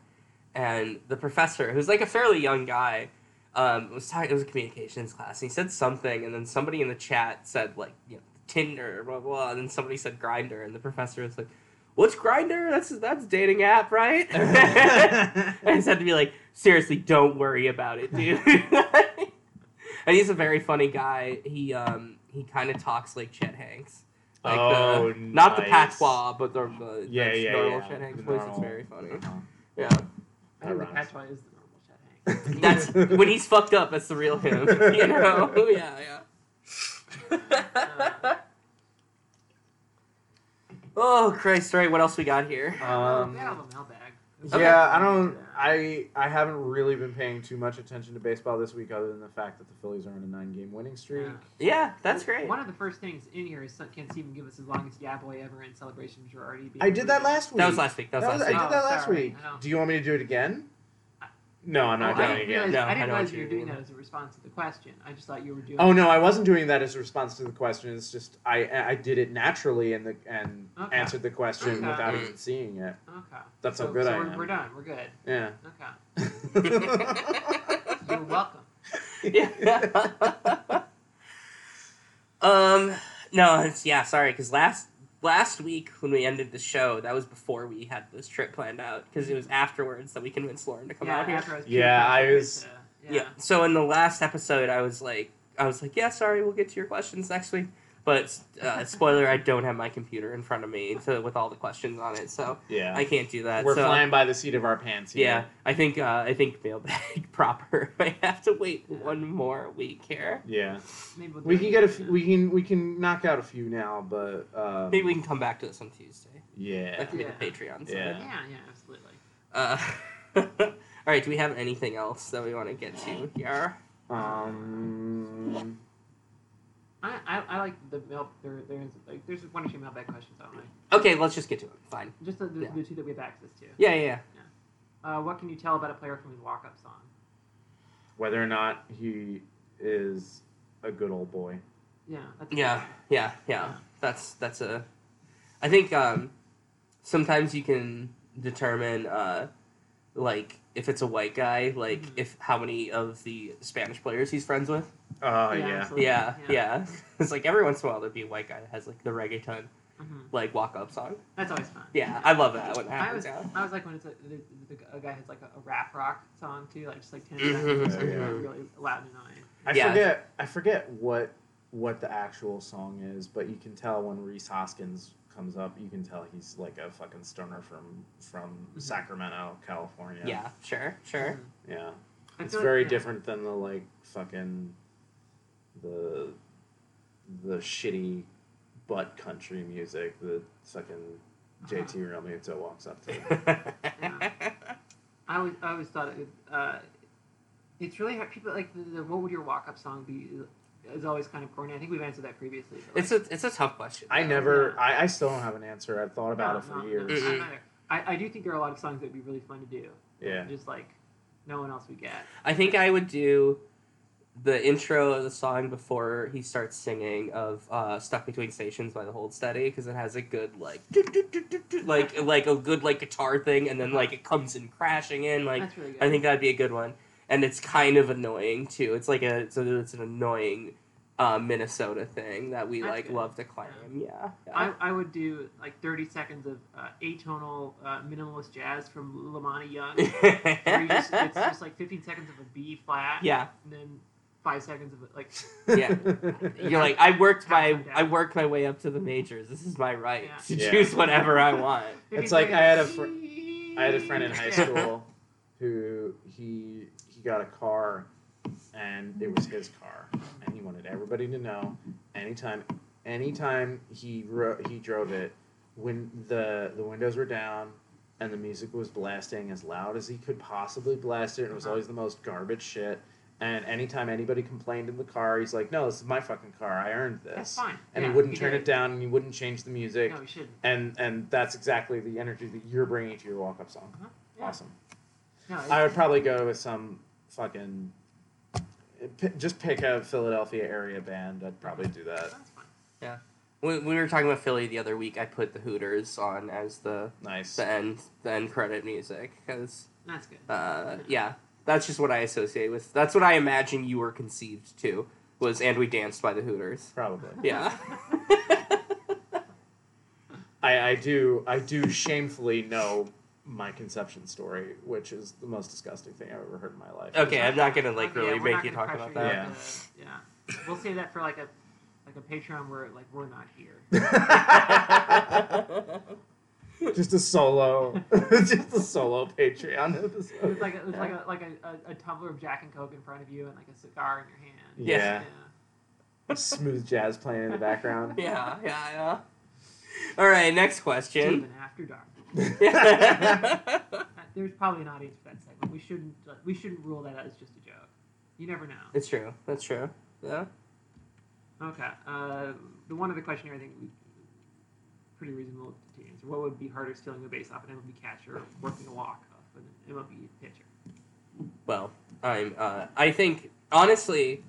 Speaker 1: and the professor, who's like a fairly young guy, um, was talking. It was a communications class, and he said something, and then somebody in the chat said like, you know, Tinder, blah blah, blah and then somebody said Grinder, and the professor was like, "What's Grinder? That's that's a dating app, right?" I just had to be like, seriously, don't worry about it, dude. and he's a very funny guy. He um he kind of talks like Chet Hanks, like
Speaker 3: oh,
Speaker 1: the, not the
Speaker 3: nice.
Speaker 1: patois, but the, the
Speaker 3: Yeah,
Speaker 1: the
Speaker 3: yeah,
Speaker 1: normal
Speaker 3: yeah.
Speaker 1: Chet Hanks
Speaker 3: The
Speaker 1: voice. It's
Speaker 3: normal.
Speaker 1: very funny.
Speaker 3: Uh-huh.
Speaker 1: Yeah,
Speaker 2: I think the
Speaker 3: Ironic.
Speaker 2: patois is the normal Chet Hanks.
Speaker 1: that's when he's fucked up. That's the real him. You know? Yeah, yeah. oh Christ! Right, what else we got here?
Speaker 3: Um,
Speaker 2: Get out of the mailbag.
Speaker 1: Okay.
Speaker 3: Yeah, I don't. I I haven't really been paying too much attention to baseball this week, other than the fact that the Phillies are on a nine-game winning streak.
Speaker 2: Yeah.
Speaker 1: Yeah, that's great.
Speaker 2: One of the first things in here is Sun- can Stephen give us his longest Yabway ever in celebration E of Girardi being
Speaker 3: I did
Speaker 2: included?
Speaker 3: that last week.
Speaker 1: That was last week. That was
Speaker 3: That was-
Speaker 1: last
Speaker 3: I
Speaker 1: week.
Speaker 3: did
Speaker 2: Oh,
Speaker 3: that last
Speaker 2: sorry.
Speaker 3: week.
Speaker 2: I know.
Speaker 3: Do you want me to do it again? No, I'm
Speaker 2: Oh, I
Speaker 3: not doing it
Speaker 2: didn't
Speaker 3: again.
Speaker 2: realize,
Speaker 1: No,
Speaker 2: I
Speaker 1: I know
Speaker 2: didn't realize
Speaker 1: what
Speaker 2: you were
Speaker 1: you
Speaker 2: doing
Speaker 1: mean.
Speaker 2: that as a response to the question. I just thought you were doing
Speaker 3: Oh no, I wasn't doing that as a response to the question. It's just I I did it naturally and the and
Speaker 2: Okay.
Speaker 3: answered the question
Speaker 2: Okay.
Speaker 3: without
Speaker 1: Mm.
Speaker 3: even seeing it.
Speaker 2: Okay.
Speaker 3: That's
Speaker 2: so,
Speaker 3: how good
Speaker 2: so
Speaker 3: I
Speaker 2: we're,
Speaker 3: am.
Speaker 2: We're done. We're good.
Speaker 3: Yeah.
Speaker 2: Okay. You're welcome.
Speaker 1: Yeah. um. No, it's yeah. Sorry, because last last week when we ended the show, that was before we had this trip planned out. Because it was afterwards that we convinced Lauren to come
Speaker 2: yeah,
Speaker 1: out here.
Speaker 2: after I was
Speaker 3: Yeah,
Speaker 2: puking,
Speaker 3: I
Speaker 2: had
Speaker 3: was-
Speaker 2: to-
Speaker 1: Yeah.
Speaker 2: yeah.
Speaker 1: So in the last episode, I was like, I was like, yeah, sorry, we'll get to your questions next week. But uh, spoiler, I don't have my computer in front of me to, with all the questions on it, so
Speaker 3: yeah.
Speaker 1: I can't do that.
Speaker 3: We're
Speaker 1: so,
Speaker 3: flying by the seat of our pants. Here.
Speaker 1: Yeah, I think uh, I think mailbag proper. I have to wait one more week here.
Speaker 3: Yeah.
Speaker 2: Maybe we'll do
Speaker 3: We
Speaker 2: it
Speaker 3: can get a f-
Speaker 2: again.
Speaker 3: we can we can knock out a few now, but um,
Speaker 1: Maybe we can come back to this on Tuesday.
Speaker 3: yeah.
Speaker 1: That can be the
Speaker 2: Yeah.
Speaker 1: Patreon.
Speaker 3: Yeah.
Speaker 1: Side.
Speaker 2: Yeah, yeah, absolutely.
Speaker 1: Uh, all right. Do we have anything else that we want to get to here?
Speaker 3: Um.
Speaker 2: I, I, I like the milk. There, there's like there's one or two mailbag questions on mine.
Speaker 1: Okay, let's just get to it. Fine.
Speaker 2: Just the, the,
Speaker 1: Yeah.
Speaker 2: the two that we have access to.
Speaker 1: Yeah, yeah. yeah.
Speaker 2: Uh, what can you tell about a player from his walk-up song?
Speaker 3: Whether or not he is a good old boy.
Speaker 2: Yeah. That's
Speaker 1: Yeah, yeah, yeah. That's that's a. I think um, sometimes you can determine uh, like if it's a white guy, like
Speaker 3: Mm-hmm.
Speaker 2: Mhm.
Speaker 1: if how many of the Spanish players he's friends with.
Speaker 3: Oh
Speaker 2: Yeah,
Speaker 3: yeah.
Speaker 2: absolutely.
Speaker 1: Uh, Yeah,
Speaker 2: Yeah.
Speaker 1: yeah. it's like every once in a while there'd be a white guy that has like the reggaeton
Speaker 2: hmm
Speaker 1: like walk up song.
Speaker 2: That's always fun.
Speaker 1: Yeah, I love that when it
Speaker 2: I
Speaker 1: happens.
Speaker 2: was,
Speaker 1: Yeah.
Speaker 2: I was like when it's a, the, the, a guy has like a, a rap rock song too, like just like ten
Speaker 1: Mhm,
Speaker 2: seconds, like,
Speaker 3: mhm.
Speaker 2: really loud and annoying.
Speaker 3: I
Speaker 1: Yeah.
Speaker 3: forget I forget what what the actual song is, but you can tell when Reese Hoskins comes up, you can tell he's like a fucking stoner from from
Speaker 2: Mhm.
Speaker 3: Sacramento, California.
Speaker 1: Mm-hmm. Yeah, sure, sure.
Speaker 2: Mhm.
Speaker 3: Yeah.
Speaker 2: I
Speaker 3: It's
Speaker 2: feel like-
Speaker 3: very
Speaker 2: yeah.
Speaker 3: different than the like fucking the the shitty butt country music that fucking
Speaker 2: Uh-huh.
Speaker 3: JT Realmuto walks up to.
Speaker 2: I always, I always thought it, was, uh, it's really hard. People like the, the what would your walk up song be is always kind of corny. I think we've answered that previously. but,
Speaker 1: it's
Speaker 2: like,
Speaker 1: a it's a tough question.
Speaker 3: I never I, I still don't have an answer. I've thought about
Speaker 2: Oh, no,
Speaker 3: it for
Speaker 2: no, no,
Speaker 3: years.
Speaker 1: Mm-hmm.
Speaker 2: I'm not- I, I do think there are a lot of songs that would be really fun to do.
Speaker 3: Yeah.
Speaker 2: Just like no one else would get.
Speaker 1: I think I would do the intro of the song before he starts singing of uh, "Stuck Between Stations" by the Hold Steady because it has a good like doo-doo-doo-doo-doo, like like a good like guitar thing, and then like it comes in crashing in. Like
Speaker 2: Uh-huh. That's really good.
Speaker 1: I think that'd be a good one, and it's kind of annoying too. It's like a it's, a, it's an annoying uh, Minnesota thing that we
Speaker 2: That's
Speaker 1: like
Speaker 2: good.
Speaker 1: love to claim. Yeah,
Speaker 2: I, I would do like 30 seconds of uh, atonal uh, minimalist jazz from Lamani Young. where you just, it's just like 15 seconds of a B flat.
Speaker 1: yeah.
Speaker 2: And then five seconds of like.
Speaker 3: Yeah.
Speaker 1: You're like I worked my
Speaker 2: Half of that.
Speaker 1: I worked my way up to the majors. This is my right
Speaker 2: Yeah.
Speaker 1: to
Speaker 3: Yeah.
Speaker 1: choose whatever I want.
Speaker 3: It's like I had a fr-
Speaker 2: friend.
Speaker 3: I had a friend in high
Speaker 2: yeah.
Speaker 3: school who he he got a car and it was his car and he wanted everybody to know anytime anytime he ro- he drove it when the the windows were down and the music was blasting as loud as he could possibly blast it and it was
Speaker 2: Uh-huh.
Speaker 3: always the most garbage shit and anytime anybody complained in the car he's like no this is my fucking car I earned this
Speaker 2: That's fine.
Speaker 3: and
Speaker 2: yeah,
Speaker 3: he wouldn't turn
Speaker 2: did.
Speaker 3: it down and he wouldn't change the music
Speaker 2: No, you shouldn't.
Speaker 3: and and that's exactly the energy that you're bringing to your walk up song.
Speaker 2: Yeah.
Speaker 3: Awesome.
Speaker 2: No, it's-
Speaker 3: I would probably go with some fucking. p- Just pick a Philadelphia area band. I'd probably do that.
Speaker 2: that's fine.
Speaker 1: When we were talking about Philly the other week, I put the Hooters on as the
Speaker 3: Nice.
Speaker 1: the end the end credit music because
Speaker 2: That's good.
Speaker 1: uh, yeah, that's just what I associate with. That's what I imagine you were conceived to was and we danced by the Hooters.
Speaker 3: Probably.
Speaker 1: Yeah.
Speaker 3: I, I do. I do shamefully know my conception story, which is the most disgusting thing I've ever heard in my life.
Speaker 1: okay, I'm not gonna like
Speaker 2: Okay,
Speaker 1: really
Speaker 2: yeah, we're
Speaker 1: make
Speaker 2: not
Speaker 1: you
Speaker 2: gonna
Speaker 1: talk about
Speaker 2: pressure you
Speaker 1: that.
Speaker 3: that.
Speaker 2: with the- Yeah. We'll save that for like a like a Patreon where like we're not here.
Speaker 3: just a solo, just a solo Patreon
Speaker 2: It was
Speaker 3: episode.
Speaker 2: like a, it was like a like a, a, a tumbler of Jack and Coke in front of you and like a cigar in your hand.
Speaker 3: Yeah.
Speaker 2: yeah.
Speaker 3: Smooth jazz playing in the background.
Speaker 1: yeah, yeah, yeah. All right, next question.
Speaker 2: Even after dark.
Speaker 3: yeah,
Speaker 2: Uh, There's probably an audience for that segment. We shouldn't uh, we shouldn't rule that out as just a joke. You never know.
Speaker 1: it's true. That's true. Yeah.
Speaker 2: Okay. Uh, the one other question here, I think, we- pretty reasonable to answer. What would be harder, stealing a base off an MLB catcher or working a walk off an MLB pitcher?
Speaker 1: Well, I'm. Uh, I think honestly,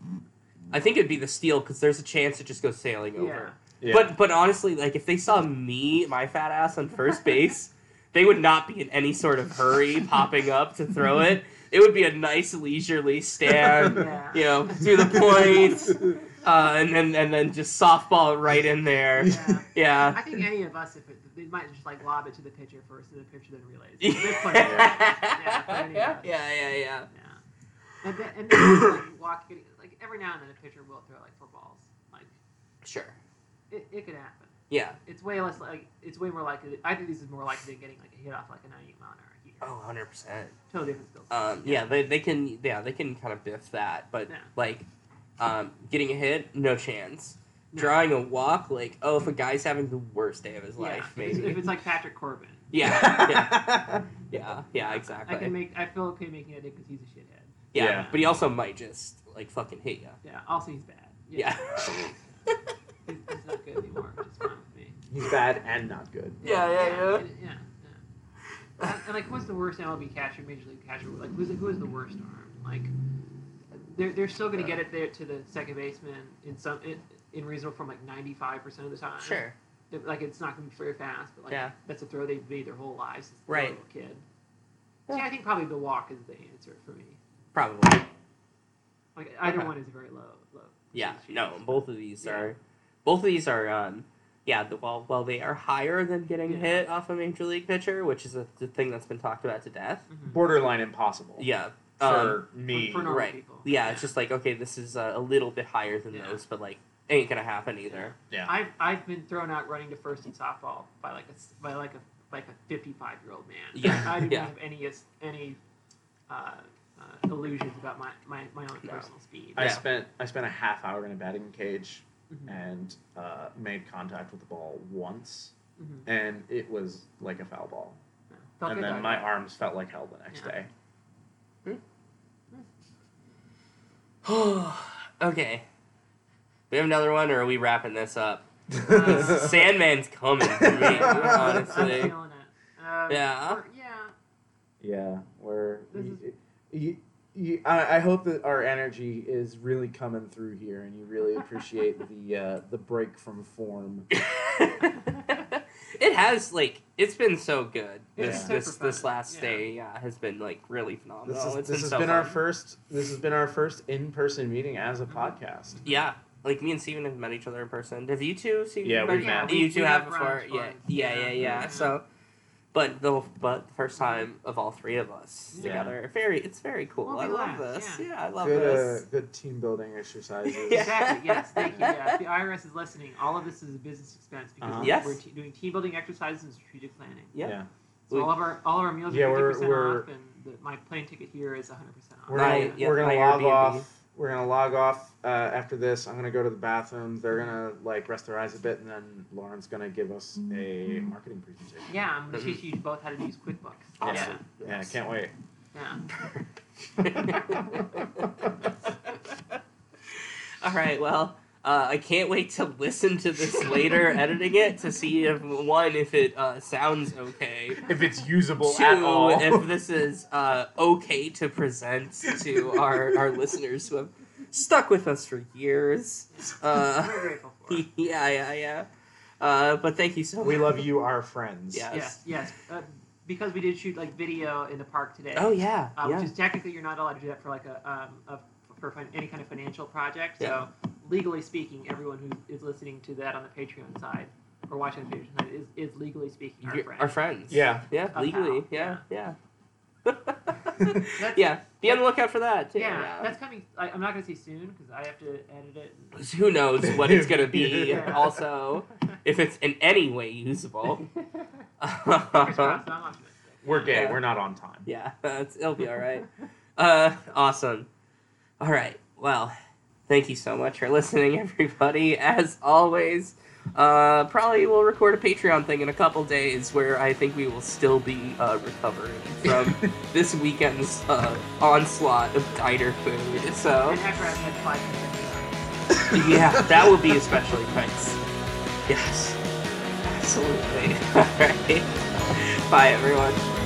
Speaker 1: I think it'd be the steal because there's a chance it just goes sailing over. But but honestly, like if they saw me, my fat ass on first base, they would not be in any sort of hurry popping up to throw it. It would be a nice leisurely stand,
Speaker 2: Yeah.
Speaker 1: you know, to the point, uh, and then and then just softball it right in there.
Speaker 2: Yeah.
Speaker 1: Yeah.
Speaker 2: I think any of us, if it, they might just like lob it to the pitcher first, and the pitcher then relays.
Speaker 1: Yeah,
Speaker 2: it. There's plenty of that.
Speaker 1: yeah, yeah, yeah.
Speaker 2: Yeah. And then, and then like, walk, getting, like every now and then, a pitcher will throw like four balls. Like
Speaker 1: Sure.
Speaker 2: it, it could happen.
Speaker 1: Yeah.
Speaker 2: It's way less like it's way more likely. I think this is more likely than getting like a hit off like a 98 mile an hour heater.
Speaker 1: Oh, 100%.
Speaker 2: Totally different skill. set.
Speaker 1: Um, yeah, they, they can yeah they can kind of biff that, but
Speaker 2: Yeah.
Speaker 1: like um, getting a hit, no chance.
Speaker 2: No.
Speaker 1: Drawing a walk, like oh, if a guy's having the worst day of his
Speaker 2: Yeah,
Speaker 1: life,
Speaker 2: if it's-
Speaker 1: maybe.
Speaker 2: If it's like Patrick Corbin,
Speaker 1: yeah, yeah, yeah, yeah,
Speaker 2: I
Speaker 1: exactly.
Speaker 2: can make. I feel okay making that because he's a shithead.
Speaker 1: yeah,
Speaker 3: Yeah.
Speaker 1: but he also might just like fucking hit you.
Speaker 2: Yeah. Also, he's bad.
Speaker 1: Yeah,
Speaker 2: he's, he's not good anymore, which is fine with me.
Speaker 3: He's bad and not good.
Speaker 1: Yeah, yeah, yeah.
Speaker 2: And, yeah, yeah. And, and, like, what's the worst MLB catcher, major league catcher? Like, who's who is the worst arm? Like, they're they're still
Speaker 1: Uh.
Speaker 2: going to get it there to the second baseman in some in, in reasonable from like ninety five percent of the time.
Speaker 1: sure,
Speaker 2: If- like it's not going to be very fast, but like
Speaker 1: Yeah.
Speaker 2: that's a throw they've made their whole lives since they
Speaker 1: Right.
Speaker 2: were a little kid. So, yeah, I think probably the walk is the answer for me.
Speaker 1: probably.
Speaker 2: Like either
Speaker 1: Okay.
Speaker 2: one is very low. low
Speaker 1: Yeah,
Speaker 2: percentage.
Speaker 1: no, both of these
Speaker 2: Yeah.
Speaker 1: are, both of these are um, yeah. The, while while they are higher than getting
Speaker 2: Yeah.
Speaker 1: hit off a major league pitcher, which is a, the thing that's been talked about to death.
Speaker 2: Mhm.
Speaker 3: Borderline impossible.
Speaker 1: Yeah. um,
Speaker 3: For me.
Speaker 2: For normal
Speaker 1: right.
Speaker 2: people.
Speaker 1: Yeah, it's just like okay, this is uh, a little bit higher than
Speaker 2: Yeah.
Speaker 1: those, but like ain't gonna happen either.
Speaker 3: yeah.
Speaker 2: I've I've been thrown out running to first in softball by like a s- by like a like a fifty five year old man.
Speaker 1: Yeah,
Speaker 2: I didn't
Speaker 1: yeah.
Speaker 2: have any as- any uh, uh, illusions about my my, my own
Speaker 1: No.
Speaker 2: personal speed.
Speaker 3: I
Speaker 1: Yeah.
Speaker 3: spent I spent a half hour in a batting cage
Speaker 2: Mhm.
Speaker 3: and uh, made contact with the ball once,
Speaker 2: Mhm.
Speaker 3: and it was like a foul ball.
Speaker 2: Yeah. Felt
Speaker 3: and
Speaker 2: good
Speaker 3: then
Speaker 2: about
Speaker 3: my
Speaker 2: it.
Speaker 3: arms felt like hell the next
Speaker 2: Yeah.
Speaker 3: day.
Speaker 1: okay. We have another one, or are we wrapping this up?
Speaker 2: Uh,
Speaker 1: Sandman's coming for me,
Speaker 2: Yeah,
Speaker 1: honestly.
Speaker 2: I'm feeling it. Um,
Speaker 1: Yeah.
Speaker 2: or- yeah.
Speaker 3: yeah, where
Speaker 2: This
Speaker 1: Mm-hmm.
Speaker 3: you, you, you- I, I hope that our energy is really coming through here, and you really appreciate the uh, the break from form.
Speaker 1: it has like it's been so good. This
Speaker 3: It's
Speaker 2: been
Speaker 1: this
Speaker 2: super
Speaker 1: this
Speaker 2: fun,
Speaker 1: last
Speaker 2: yeah.
Speaker 1: day yeah, has been like really phenomenal.
Speaker 3: This, is,
Speaker 1: It's
Speaker 3: this
Speaker 1: been
Speaker 3: has
Speaker 1: so
Speaker 3: been our
Speaker 1: fun.
Speaker 3: first. This has been our first in person meeting as a
Speaker 2: Mhm.
Speaker 3: podcast.
Speaker 1: yeah. Like me and Steven have met each other in person. Have you two seen?
Speaker 3: Yeah,
Speaker 1: met
Speaker 3: we've met.
Speaker 1: you
Speaker 2: We-
Speaker 1: two
Speaker 2: we
Speaker 1: have
Speaker 2: have
Speaker 1: before.
Speaker 2: brunch
Speaker 1: Yeah,
Speaker 2: once.
Speaker 1: yeah, yeah, yeah,
Speaker 2: Yeah.
Speaker 1: So, but the but the first time of all three of us
Speaker 2: Yeah.
Speaker 1: together. Very, it's very cool.
Speaker 2: We'll be
Speaker 1: I love
Speaker 2: glad,
Speaker 1: this. Yeah.
Speaker 2: yeah.
Speaker 1: I love
Speaker 3: good,
Speaker 1: this.
Speaker 3: Uh, good team building exercises.
Speaker 1: Yeah.
Speaker 2: Exactly. Yes. Thank you. Yeah. If the IRS is listening, all of this is a business expense because
Speaker 3: Uh-huh.
Speaker 2: we're,
Speaker 1: Yes.
Speaker 2: we're t- doing team building exercises and strategic planning.
Speaker 1: yeah.
Speaker 2: So all of our all of our meals
Speaker 3: Yeah,
Speaker 2: are
Speaker 3: we're-
Speaker 2: 50%
Speaker 3: we're-
Speaker 2: off, and the, my plane ticket here is 100% off.
Speaker 3: We're
Speaker 1: My-
Speaker 3: gonna,
Speaker 1: yeah,
Speaker 3: we're gonna
Speaker 1: my
Speaker 3: log
Speaker 1: Airbnb.
Speaker 3: off. We're gonna log off uh, after this. I'm gonna go to the bathroom. They're gonna like rest their eyes a bit, and then Lauren's gonna give us a
Speaker 1: Mm-hmm.
Speaker 3: marketing presentation.
Speaker 2: Yeah, I'm gonna teach you both how to use QuickBooks.
Speaker 1: Awesome.
Speaker 3: Yeah, I can't wait.
Speaker 2: Yeah.
Speaker 1: all right. Well, uh, Uh, I can't wait to listen to this later, editing it to see if one if it uh, sounds okay.
Speaker 3: if it's usable
Speaker 1: Two,
Speaker 3: at all.
Speaker 1: if this is uh, okay to present to our, our listeners who have stuck with us for years. Uh,
Speaker 2: Very grateful for.
Speaker 1: yeah, yeah, yeah. Uh, but thank you so much.
Speaker 3: we love you, our friends.
Speaker 1: Yeah.
Speaker 2: Yes, yes. Uh, because we did shoot like video in the park today.
Speaker 1: Oh yeah,
Speaker 2: uh,
Speaker 1: yeah.
Speaker 2: Which is technically you're not allowed to do that for like a, um, a for fin- any kind of financial project.
Speaker 1: Yeah.
Speaker 2: So legally speaking, everyone who is listening to that on the Patreon side or watching the Patreon side is, is legally speaking our
Speaker 1: You're-
Speaker 2: friend.
Speaker 1: our friends.
Speaker 3: Yeah.
Speaker 1: Yeah,
Speaker 2: Of
Speaker 1: legally.
Speaker 2: how,
Speaker 1: Yeah, yeah.
Speaker 2: That's-
Speaker 1: yeah, be on the lookout for that too.
Speaker 2: Yeah, that's coming. I, I'm not gonna say soon because I have to edit it. and-
Speaker 1: Who knows what it's gonna be?
Speaker 2: Yeah.
Speaker 1: Also, if it's in any way usable.
Speaker 2: Fingers crossed, I'm optimistic.
Speaker 3: We're gay.
Speaker 1: Yeah.
Speaker 3: We're not on time.
Speaker 1: yeah, that's, it'll be all right. Uh, awesome. All right. Well, thank you so much for listening, everybody. As always, uh, probably we'll record a Patreon thing in a couple days where I think we will still be uh, recovering from this weekend's uh, onslaught of diner food. So
Speaker 2: And after I've had five minutes,
Speaker 1: yeah, that would be especially nice. Yes, absolutely. All right. Bye, everyone.